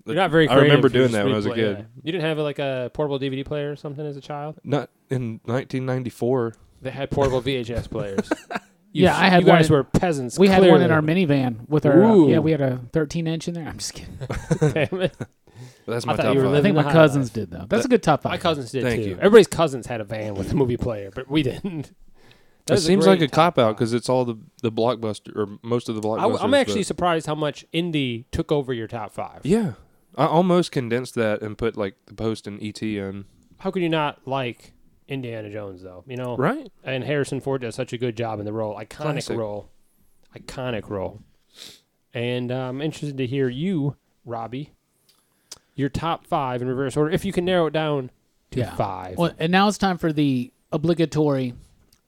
You're not very. I creative. You remember doing just that when I was a replay- kid. yeah. You didn't have like a portable DVD player or something as a child. Not in 1994. that had portable VHS players. You, Yeah, I had you one guys in- were peasants. We had one in clearly. our minivan with our uh, Ooh. yeah. We had a 13 inch in there. I'm just kidding. Damn it. But that's I my thought top you were five. I living- think my the high cousins did though. That's a good top five. My cousins did Thank too. you. Everybody's cousins had a van with a movie player, but we didn't. That was seems great like a top cop out five. because it's all the the blockbuster or most of the I blockbusters. w- I'm actually but- surprised how much indie took over your top five. yeah. I almost condensed that and put like the post and ET in. How could you not like Indiana Jones though? You know, Right. and Harrison Ford does such a good job in the role. Iconic Classic. role. Iconic role. And uh, I'm interested to hear you, Robbie, your top five in reverse order, if you can narrow it down to Yeah. five. Well, and now it's time for the obligatory.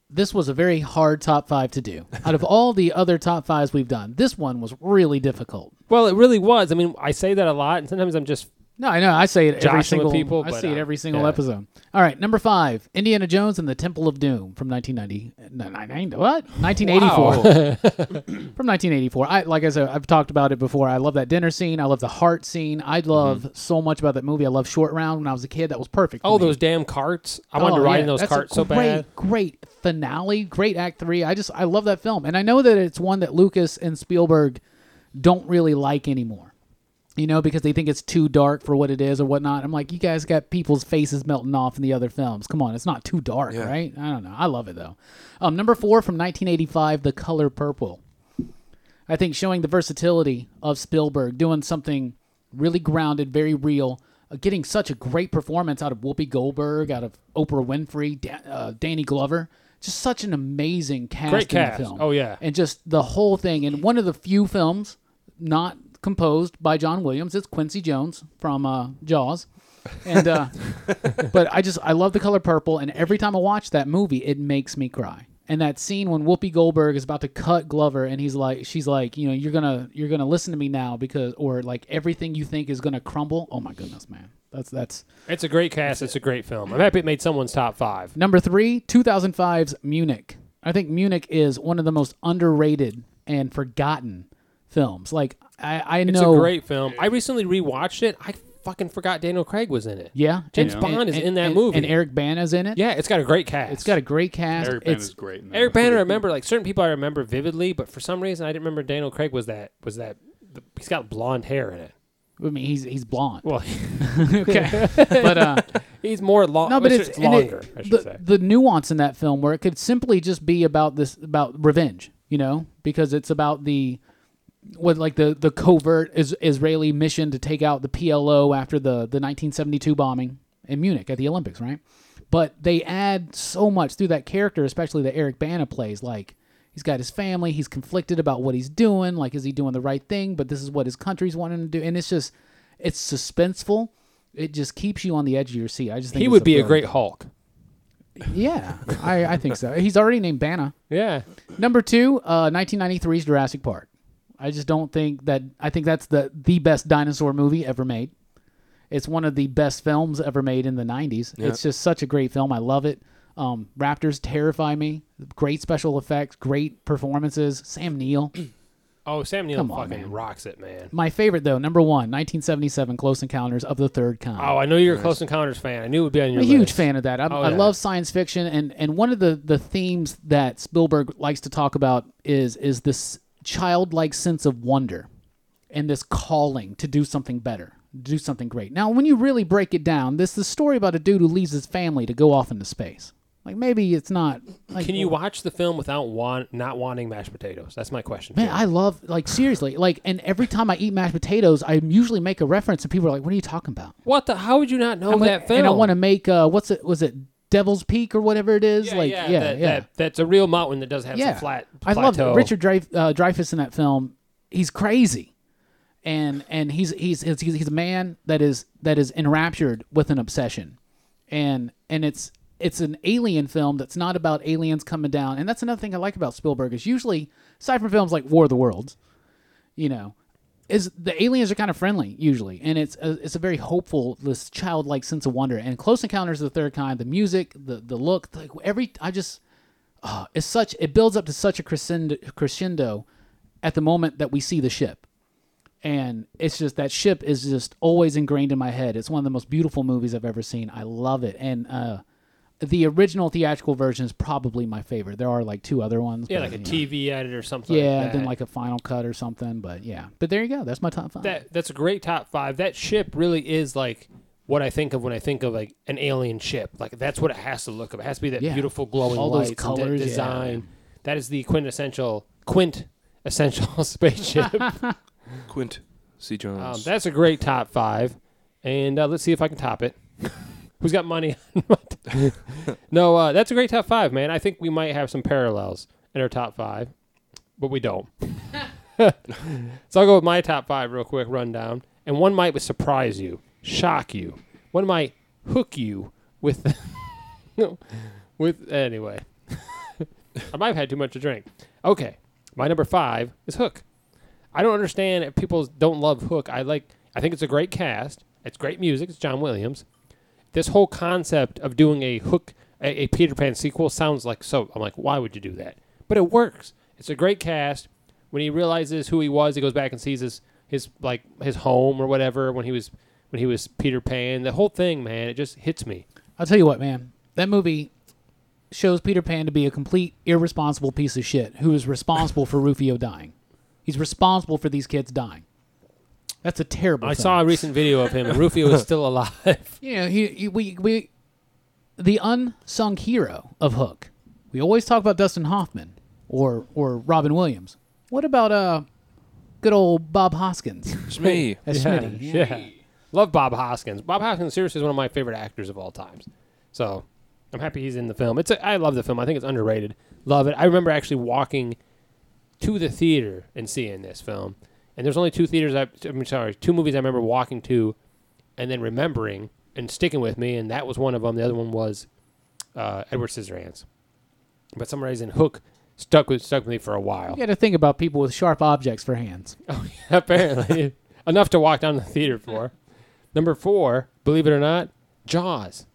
This was a very hard top five to do. Out of all the other top fives we've done, this one was really difficult. Well, it really was. I mean, I say that a lot, and sometimes I'm just No, I know. I say it Joshing every with single. people, I but, see it uh, every single yeah. episode. All right, number five: Indiana Jones and the Temple of Doom from 1990. no, 1990 What? 1984. from 1984. I like I said, I've talked about it before. I love that dinner scene. I love the heart scene. I love so much about that movie. I love Short Round. When I was a kid, that was perfect. for Mm-hmm. oh me. those damn carts. I wanted to Oh, ride yeah, in those that's a carts so great, bad. Great finale, great act three. I just I love that film, and I know that it's one that Lucas and Spielberg don't really like anymore. You know, because they think it's too dark for what it is or whatnot. I'm like, you guys got people's faces melting off in the other films. Come on, it's not too dark, Yeah. right? I don't know. I love it though. Um, number four from 1985, The Color Purple. I think showing the versatility of Spielberg, doing something really grounded, very real, uh, getting such a great performance out of Whoopi Goldberg, out of Oprah Winfrey, da- uh, Danny Glover. Just such an amazing cast Great in cast. the film. Oh, yeah. And just the whole thing. And one of the few films not composed by John Williams, it's Quincy Jones from uh, Jaws. And uh, but I just I love the color purple, and every time I watch that movie, it makes me cry. And that scene when Whoopi Goldberg is about to cut Glover, and he's like, she's like, you know, you're gonna you're gonna listen to me now because, or like everything you think is gonna crumble. Oh my goodness, man, that's that's It's a great cast. It's a great film. I'm happy it made someone's top five. number three. 2005's Munich. I think Munich is one of the most underrated and forgotten films. Like I I It's know a great film. I recently rewatched it. I fucking forgot Daniel Craig was in it. yeah, James and- Bond and- is and- in that and- movie. and Eric Bana's in it. Yeah, it's got a great cast. it's got a great cast. Eric Bana It's- is great. in that Eric movie. Banner. I remember like certain people I remember vividly, but for some reason I didn't remember Daniel Craig was that was that he's got blonde hair in it. I mean, he's he's blonde. Well, okay, but uh, he's more long. no, but it's, it's and it- longer. I should the, say. the nuance in that film where it could simply just be about this about revenge, you know, because it's about the what like the the covert is, Israeli mission to take out the PLO after the the 1972 bombing in Munich at the Olympics, right? But they add so much through that character, especially that Eric Bana plays. Like he's got his family, he's conflicted about what he's doing. Like is he doing the right thing? But this is what his country's wanting him to do, and it's just it's suspenseful. It just keeps you on the edge of your seat. I just think He it's would be a brilliant- great Hulk. yeah, I, I think so. He's already named Bana. Yeah, Number two, uh, 1993's Jurassic Park. I just don't think that. I think that's the the best dinosaur movie ever made. It's one of the best films ever made in the 90s. It's just such a great film. I love it. Um, raptors terrify me. Great special effects. Great performances. Sam Neill. Oh, Sam Neill Come on, fucking man. rocks it, man. My favorite though, number one, 1977, Close Encounters of the Third Kind. Oh, I know you're a Close Encounters fan. I knew it would be on your I'm a list. huge fan of that. I'm, Oh, I yeah. love science fiction, and and one of the the themes that Spielberg likes to talk about is is this childlike sense of wonder, and this calling to do something better, do something great. Now, when you really break it down, this is a story about a dude who leaves his family to go off into space. Like maybe it's not. Like, Can you watch the film without want not wanting mashed potatoes? That's my question. Man, to you. I love like seriously like, and every time I eat mashed potatoes, I usually make a reference, and people are like, "What are you talking about?" what the? How would you not know I'm like- Oh, that film? And I want to make uh, what's it? Was it Devil's Peak or whatever it is? Yeah, like yeah, yeah, that, yeah. That, that's a real mountain that does have some flat. I love plateau. Richard Dreyf- uh, Dreyfuss in that film. He's crazy, and and he's he's he's he's a man that is that is enraptured with an obsession, and and it's it's an alien film that's not about aliens coming down. And that's another thing I like about Spielberg is usually aside from films like War of the Worlds, you know. Is the aliens are kind of friendly usually, and it's a, it's a very hopeful, this childlike sense of wonder. And Close Encounters of the Third Kind, the music, the the look, like every I just uh, it's such it builds up to such a crescendo, crescendo at the moment that we see the ship and it's just that ship is just always ingrained in my head it's one of the most beautiful movies i've ever seen i love it and uh the original theatrical version is probably my favorite. There are like two other ones. Yeah, but, like a you know. TV edit or something. Yeah, like that. then like a final cut or something. But yeah, but there you go. That's my top five. that. That's a great top five. That ship really is like what I think of when I think of like an alien ship. Like that's what it has to look of. It has to be that Yeah. beautiful glowing All lights those and that colors, yeah. design. That is the quintessential quint essential spaceship. Quint C. um, Jones. that's a great top five, and uh, let's see if I can top it. Who's got money? on what? no, uh, that's a great top five, man. I think we might have some parallels in our top five, but we don't. so I'll go with my top five real quick rundown, and one might surprise you, shock you, one might hook you with, with anyway. I might have had too much to drink. Okay, my number five is Hook. I don't understand if people don't love Hook. I like. I think it's a great cast. It's great music. It's John Williams. This whole concept of doing a Hook, a, a Peter Pan sequel, sounds like so. I'm like, why would you do that? But it works. It's a great cast. When he realizes who he was, he goes back and sees his his like his home or whatever when he was when he was Peter Pan. The whole thing, man, it just hits me. I'll tell you what, man. That movie shows Peter Pan to be a complete irresponsible piece of shit who is responsible for Rufio dying. He's responsible for these kids dying. That's a terrible. I thing. saw a recent video of him. and Rufio is still alive. you know, he, he- we we the unsung hero of Hook. We always talk about Dustin Hoffman or or Robin Williams. What about uh, good old Bob Hoskins? it's me. That's Yeah, Smitty. yeah. Love Bob Hoskins. Bob Hoskins seriously is one of my favorite actors of all times. So I'm happy he's in the film. It's a, I love the film. I think it's underrated. Love it. I remember actually walking to the theater and seeing this film. And there's only two theaters I I'm sorry, two movies I remember walking to and then remembering and sticking with me and that was one of them. The other one was uh, Edward Scissorhands. But some reason Hook stuck with stuck with me for a while. You got to think about people with sharp objects for hands. Oh, apparently enough to walk down to the theater for. Number four, believe it or not, Jaws.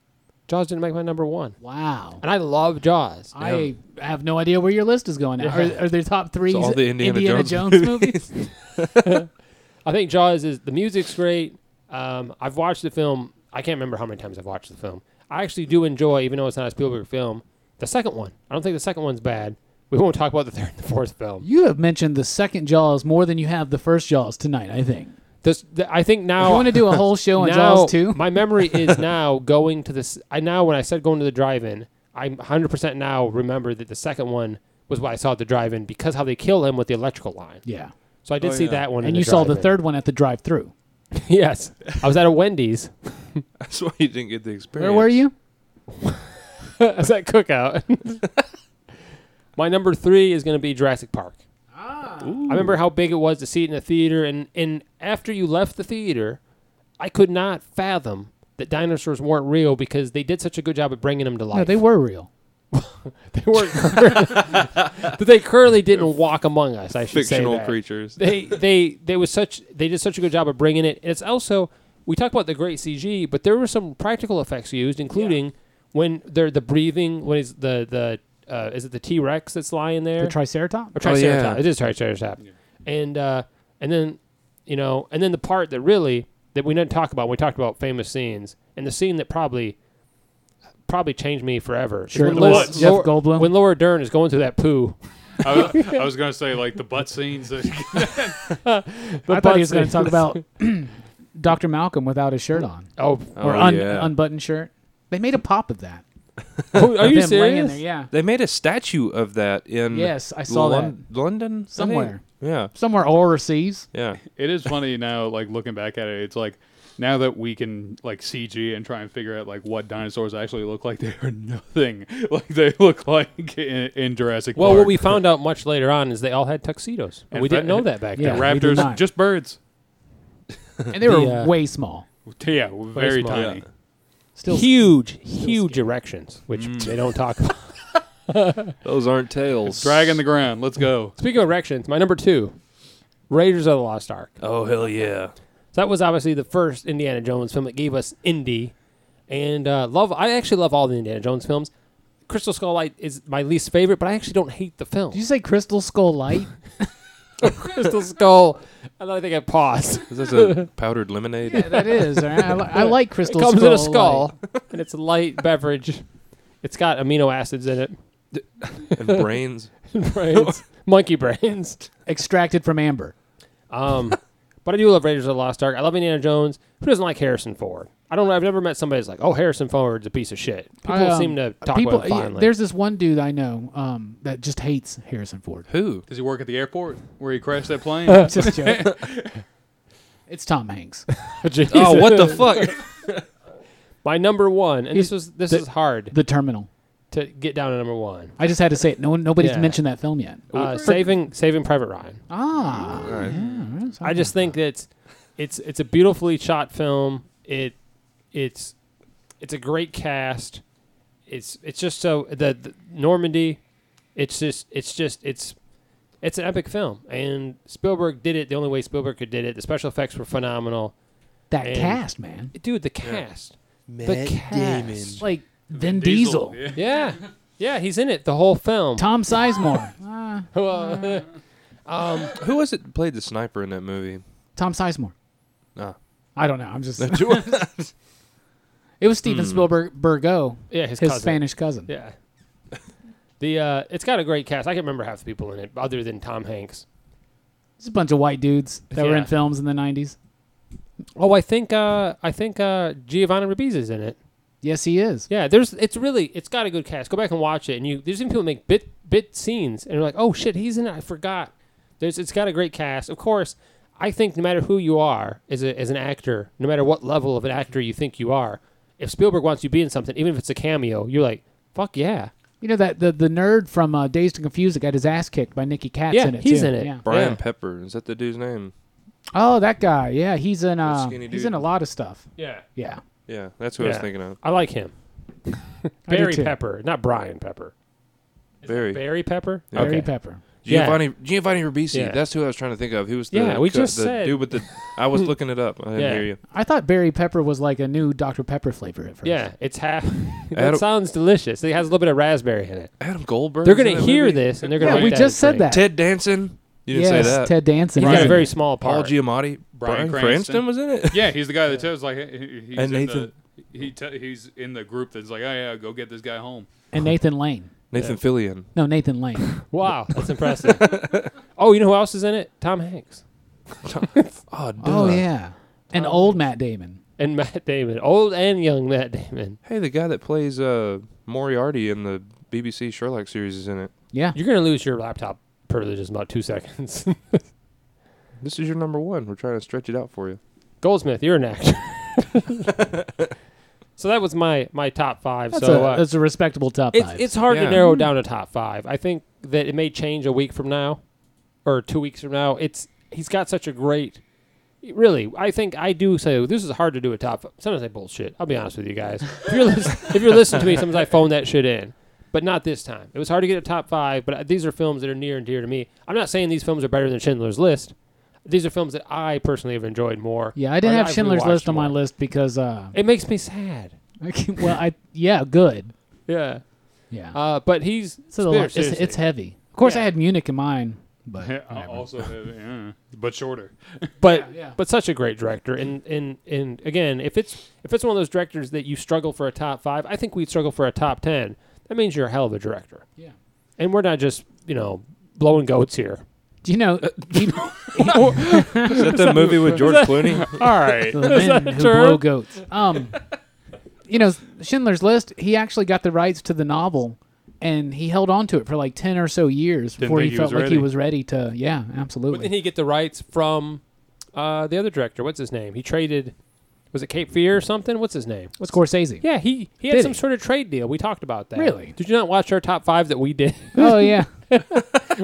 Jaws didn't make my number one, Wow. and I love Jaws. I have no idea where your list is going now. Are, are there top three all the Indiana Jones, Jones movies? I think Jaws is the music's great. Um, I've watched the film. I can't remember how many times I've watched the film. I actually do enjoy, even though it's not a Spielberg film, the second one. I don't think the second one's bad. We won't talk about the third and the fourth film. you have mentioned the second Jaws more than you have the first Jaws tonight, I think. This, the, I think now you want to do a whole show on now, Jaws 2? my memory is now going to this. I now when I said going to the drive-in, I'm 100 percent now remember that the second one was what I saw at the drive-in because how they kill him with the electrical line. Yeah. So I did Oh, see yeah. that one. in And you saw the drive-in. third one at the drive through. yes, I was at a Wendy's. That's why you didn't get the experience. Where were you? I was at Cookout. my number three is going to be Jurassic Park. Ah. I remember how big it was to see it in the theater, and, and after you left the theater, I could not fathom that dinosaurs weren't real because they did such a good job at bringing them to life. No, they were real. They weren't. but they currently didn't walk among us. I should say Fictional that. creatures. They they they was such they did such a good job of bringing it. And it's also we talk about the great CG, but there were some practical effects used, including when they're the breathing. When is the the uh, is it the T Rex that's lying there? The Triceratops? or Triceratops. yeah. It is Triceratops. And uh, and then you know, and then the part that really that we didn't talk about. when We talked about famous scenes, and the scene that probably probably changed me forever. is when Shirtless Laura- Jeff Goldblum. when Laura Dern is going through that poo. I was, I was gonna say like the butt scenes. That, I thought he was going to talk about Dr. Malcolm without his shirt on Oh, Oh, or un- yeah. unbuttoned shirt. They made a pop of that. Oh, are Of you him laying there, serious? yeah. they made a statue of that in. Yes, I saw Lon- London I think? Somewhere. Yeah, Somewhere overseas. yeah. it is funny now, like looking back at it, it's like now that we can like CG and try and figure out like what dinosaurs actually look like, they are nothing like they look like in, in Jurassic Well, Park. what we found out much later on is they all had tuxedos, and, And we fa- didn't know that back Yeah. then. we did raptors, not. just birds. And they were The, uh, way small. Yeah, very small. tiny. Still Mm. Huge, huge erections, which they don't talk. about. Those aren't tails. Dragging the ground. Let's go. Speaking of erections, my number two, Raiders of the Lost Ark. Oh hell yeah! So that was obviously the first Indiana Jones film that gave us Indy, and uh, love. I actually love all the Indiana Jones films. Crystal Skull Light is my least favorite, but I actually don't hate the film. Did you say Crystal Skull Light? Crystal Skull. I don't think I paused. Is this a powdered lemonade? that is. all right. I, li- I like Crystal comes Skull in a Light. skull, and it's a light beverage. It's got amino acids in it, and brains. brains, monkey brains. Extracted from amber. Um, but I do love Raiders of the Lost Ark. I love Indiana Jones. Who doesn't like Harrison Ford? I don't. know. I've never met somebody that's like, "Oh, Harrison Ford's a piece of shit." People I, um, seem to talk people, about him fondly. There's this one dude I know um, that just hates Harrison Ford. Who? Does he work at the airport where he crashed that plane? Just joking. it's Tom Hanks. Jesus. Oh, what the fuck? My number one, and this was this the- is hard The Terminal. to get down to number one. I just had to say it. No one, nobody's Yeah. mentioned that film yet. Uh, saving Saving Private Ryan. Ah, right. yeah, that's- I just think that it's it's a beautifully shot film. It it's it's a great cast. It's it's just so the, the Normandy. It's just it's just it's it's an epic film, and Spielberg did it the only way Spielberg could did it. The special effects were phenomenal, that and- cast, man. dude. The cast, the cast, Like Vin, Diesel, Yeah. yeah, yeah, he's in it the whole film. Tom Sizemore. Well, Who was it that played the sniper in that movie? Tom Sizemore. Ah. I don't know. I'm just. Who It was Steven Spielberg, Burgo, yeah, Hmm. his, his cousin. Spanish cousin. Yeah. The uh, it's got a great cast. I can remember half the people in it, other than Tom Hanks. It's a bunch of white dudes that were Yeah. in films in the 90s. Oh, I think uh, I think uh, Giovanni Ribisi is in it. Yes, he is. Yeah, there's it's really it's got a good cast. Go back and watch it, and you there's even people that make bit bit scenes, and you're like, oh shit, he's in it. I forgot. There's it's got a great cast. Of course, I think no matter who you are as a, as an actor, no matter what level of an actor you think you are, if Spielberg wants you to be in something, even if it's a cameo, you're like, fuck yeah, You know that the, the nerd from uh, Dazed and Confused that got his ass kicked by Nikki Katz Yeah, in it. he's too. in it. Yeah. Brian Yeah. Pepper. Is that the dude's name? Oh, that guy. Yeah, he's in. Uh, skinny he's dude. in a lot of stuff. yeah. Yeah. Yeah, that's who I was Yeah. thinking of. I like him. I do Barry too. Pepper, not Brian Pepper. Barry. Barry Pepper. Yeah. Barry Pepper. Yeah. Giovanni Giovanni Ribisi. Yeah. That's who I was trying to think of. Who was the Yeah, we co- just the said- dude with the I was looking it up. I didn't Yeah. hear you. I thought Barry Pepper was like a new Dr Pepper flavor at first. Yeah, it's half. that Adam- sounds delicious. It has a little bit of raspberry in it. Adam Goldberg. They're is in gonna that hear movie? this, and they're gonna. Yeah, write we that just as said great. that. Ted Danson. You didn't yes, say that. Ted Danson. He's He's got a Brian- very small Paul part. Giamatti. Brian Brian, Cranston. Cranston. was in it. Yeah, he's the guy that tells like he- he- he's in And Nathan- the, he te- he's in the group that's like, oh yeah, go get this guy home. and Nathan Lane. Nathan Fillion. No, Nathan Lane. wow, that's impressive. oh, you know who else is in it? Tom Hanks Oh, duh. oh yeah, and old Matt Damon. and Matt Damon, old and young Matt Damon. Hey, the guy that plays uh, Moriarty in the BBC Sherlock series is in it. Yeah. You're gonna lose your laptop privileges in about two seconds. This is your number one. We're trying to stretch it out for you. Goldsmith, you're an actor. so that was my my top five. That's, so a, uh, that's a respectable top It's five. Mm. it's hard to Yeah. narrow down a top five. I think that it may change a week from now, or two weeks from now. It's he's got such a great. Really, I think I do say this is hard to do a top. Five. Sometimes I bullshit. I'll be honest with you guys. If you're, lis- if you're listening to me, sometimes I phone that shit in. But not this time. It was hard to get a top five, but these are films that are near and dear to me. I'm not saying these films are better than Schindler's List. These are films that I personally have enjoyed more. yeah, I didn't or have I've Schindler's rewatched List on my more. list because uh, It makes me sad. well, I yeah, good. Yeah. Yeah. Uh, but he's So the lo- it's, seriously. it's heavy. Of course, I Yeah. oh. had Munich in mine, but also, uh, but shorter. but Yeah, yeah. but such a great director and and and again if it's if it's one of those directors that you struggle for a top five i think we'd struggle for a top 10 that means you're a hell of a director Yeah. and we're not just you know blowing goats here do you know uh, you- Is that the movie with George Clooney? all right the men who blow goats? Um, you know Schindler's List. He actually got the rights to the novel, and he held on to it for like ten or so years before he think he was felt like he ready. was ready to. Yeah, but absolutely. didn't he get the rights from uh, the other director what's his name he traded was it cape fear or something what's his name what's Scorsese. yeah he he Did had some he? sort of trade deal we talked about that Really? did you not watch our top five that we did Oh yeah.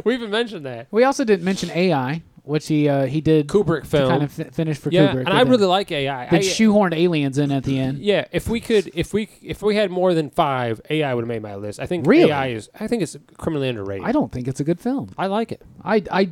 we even mentioned that We also didn't mention AI, which he uh, he did kubrick to film kind of fi- finish for yeah Kubrick. and i then- really like ai then I- shoehorned aliens in at the end. Yeah, if we could, if we if we had more than five, AI would have made my list. I think Really? AI is. I think it's criminally underrated. I don't think it's a good film. I like it. I I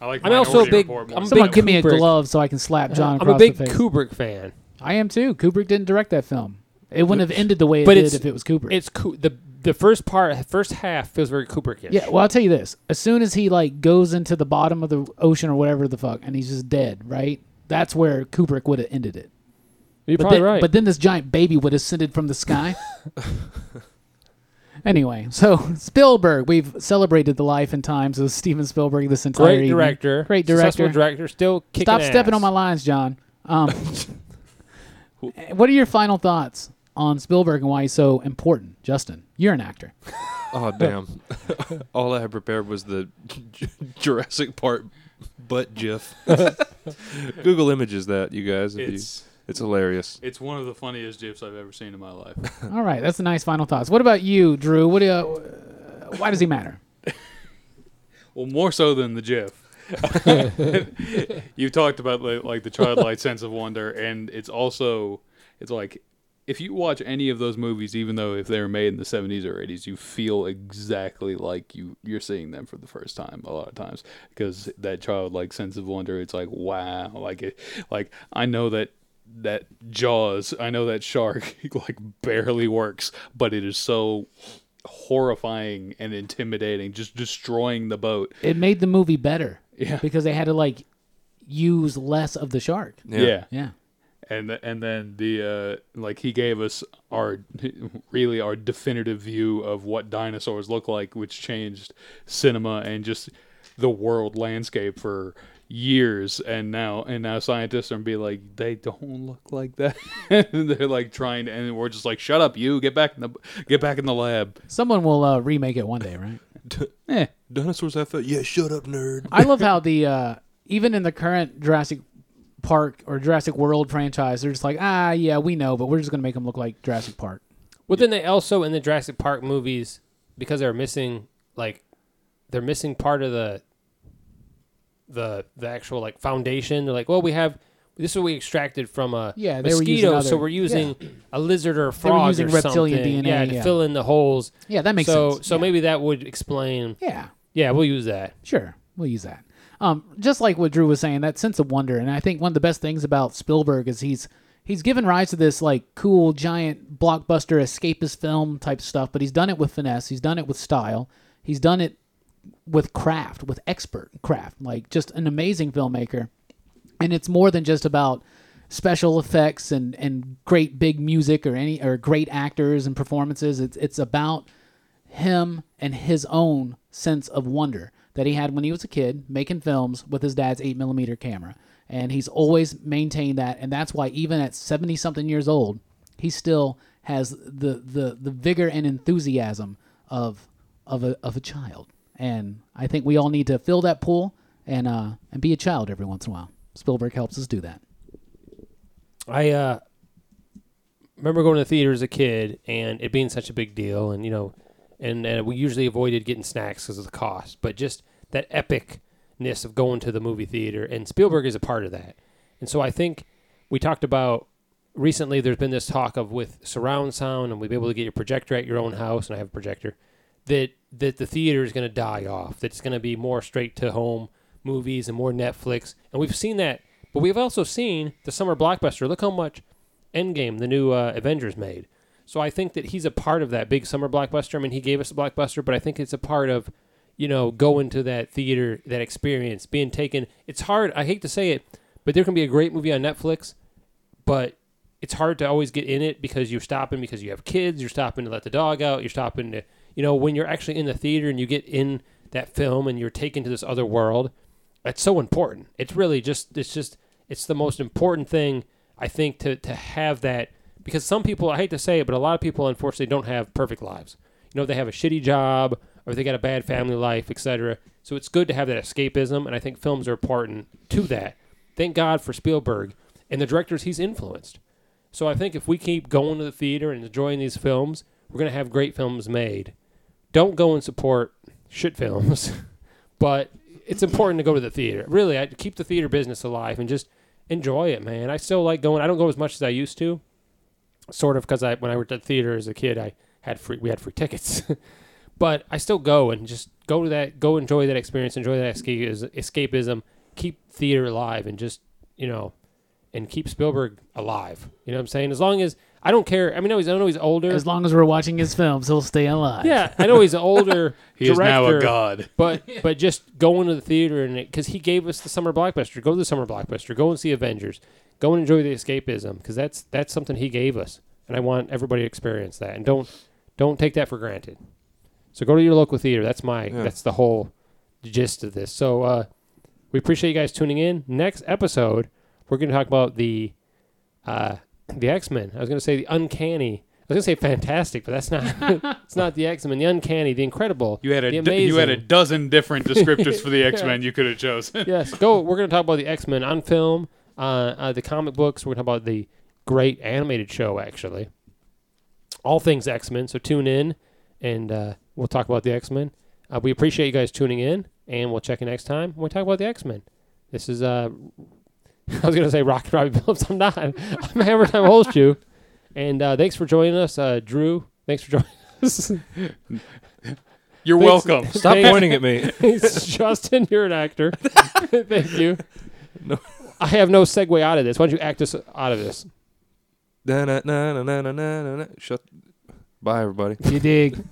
I like. I'm also a Minority big- Report more. I'm a someone big give me a Kubrick. Uh, glove so I can slap John. I'm a across big the face. Kubrick fan. I am too. Kubrick didn't direct that film. It wouldn't have ended the way it But did it's- if it was Kubrick. It's Ku- the the first part, first half feels very Kubrickish. yeah, well, I'll tell you this. As soon as he like goes into the bottom of the ocean or whatever the fuck, and he's just dead, right? That's where Kubrick would have ended it. you're But probably then, right. But then this giant baby would have ascended from the sky. Anyway, so Spielberg, we've celebrated the life and times of Steven Spielberg this entire Great evening. director. Great Successful director. director. Still kicking Stop stepping on ass. my lines, John. Um, eh, what are your final thoughts on Spielberg and why he's so important, Justin? You're an actor. Oh damn! All I had prepared was the Jurassic Park butt gif. Google images that you guys. If it's It's you, it's hilarious. it's one of the funniest gifs I've ever seen in my life. All right, that's a nice final thoughts. What about you, Drew? What? do you- Uh, why does he matter? Well, more so than the GIF. you talked about like, like the childlike sense of wonder, and it's also it's like if you watch any of those movies, even though if they were made in the seventies or eighties, you feel exactly like you you're seeing them for the first time a lot of times because that childlike sense of wonder. It's like wow, like it, like I know that that jaws i know that shark like barely works but it is so horrifying and intimidating, just destroying the boat. It made the movie better. Yeah. Because they had to like use less of the shark. Yeah. Yeah. And th- and then the uh like he gave us our really our definitive view of what dinosaurs look like, which changed cinema and just the world landscape for years and now and now scientists are be like they don't look like that and they're like trying to and we're just like shut up you get back in the get back in the lab Someone will uh, remake it one day, right? eh. Dinosaurs have felt. Yeah, shut up, nerd. I love how the uh, even in the current Jurassic Park or Jurassic World franchise, they're just like, ah, yeah, we know, but we're just gonna make them look like Jurassic Park. Well, then they also in the Jurassic Park movies because they're missing like they're missing part of the the the actual like foundation. They're like, well, we have this is what we extracted from a Yeah, they were using mosquito, so other- we're using a lizard or a They were frog using or reptilian something, DNA, yeah, to yeah. fill in the holes. Yeah, that makes so, sense. So maybe that would explain. Yeah, Yeah, we'll use that. sure, we'll use that. Um, just like what Drew was saying, that sense of wonder, and I think one of the best things about Spielberg is he's he's given rise to this like cool giant blockbuster escapist film type stuff, but he's done it with finesse, he's done it with style, he's done it with craft, with expert craft, like just an amazing filmmaker. and it's more than just about special effects and and great big music or any or great actors and performances it's it's about him and his own sense of wonder that he had when he was a kid making films with his dad's 8 millimeter camera and he's always maintained that and that's why even at 70 something years old he still has the the the vigor and enthusiasm of of a of a child and i think we all need to fill that pool and uh and be a child every once in a while spielberg helps us do that I uh, remember going to the theater as a kid and it being such a big deal, and you know, and, and we usually avoided getting snacks because of the cost, but just that epicness of going to the movie theater, and Spielberg is a part of that. And so I think we talked about recently. There's been this talk of with surround sound, and we be able to get your projector at your own house, and I have a projector. That that the theater is going to die off. That it's going to be more straight to home movies and more Netflix, and we've seen that. But we've also seen the summer blockbuster. Look how much Endgame, the new uh, Avengers, made. So I think that he's a part of that big summer blockbuster. I mean, he gave us a blockbuster, but I think it's a part of, you know, going to that theater, that experience, being taken. It's hard. I hate to say it, but there can be a great movie on Netflix, but it's hard to always get in it because you're stopping because you have kids, you're stopping to let the dog out, you're stopping to, you know, when you're actually in the theater and you get in that film and you're taken to this other world, that's so important. It's really just, it's just, it's the most important thing I think to to have that because some people I hate to say it, but a lot of people unfortunately don't have perfect lives. You know, they have a shitty job or they got a bad family life, etc. So it's good to have that escapism, and I think films are important to that. Thank God for Spielberg and the directors he's influenced. So I think if we keep going to the theater and enjoying these films, we're gonna have great films made. Don't go and support shit films, but it's important to go to the theater. Really, I keep the theater business alive and just enjoy it, man. I still like going. I don't go as much as I used to, sort of because I when I worked at theater as a kid, I had free we had free tickets, but I still go and just go to that go enjoy that experience, enjoy that esca- escapism, keep theater alive, and just you know, and keep Spielberg alive. You know what I'm saying? As long as I don't care. I mean, I know he's, I know he's older. as long as we're watching his films he'll stay alive yeah, I know he's an older. he is now a director, god but but just going to the theater and because he gave us the summer blockbuster. Go to the summer blockbuster. Go and see Avengers. Go and enjoy the escapism because that's that's something he gave us, and I want everybody to experience that. And don't don't take that for granted. So go to your local theater. That's my Yeah. that's the whole gist of this. So uh, we appreciate you guys tuning in. Next episode, we're going to talk about the uh, the X Men. I was going to say the uncanny. I was going to say fantastic, but that's not it's not the X Men. The uncanny, the incredible. You had a the d- you had a amazing. dozen different descriptors for the X Men you could have chosen. yes, go. We're going to talk about the X Men on film, uh, uh, the comic books. We're going to talk about the great animated show, actually. All things X Men. So tune in, and uh, we'll talk about the X Men. Uh, we appreciate you guys tuning in, and we'll check you next time when we talk about the X Men. This is, uh, I was going to say Rocket Robbie Phillips. I'm not. I'm Hammer Time Holstew. And uh, thanks for joining us, uh, Drew. Thanks for joining us. You're Thanks. welcome. Stop Thanks. pointing at me. Thanks, Justin. You're an actor. Thank you. I have no segue out of this. Why don't you act us out of this? Na na na na na na na. Shut. Bye, everybody. You dig.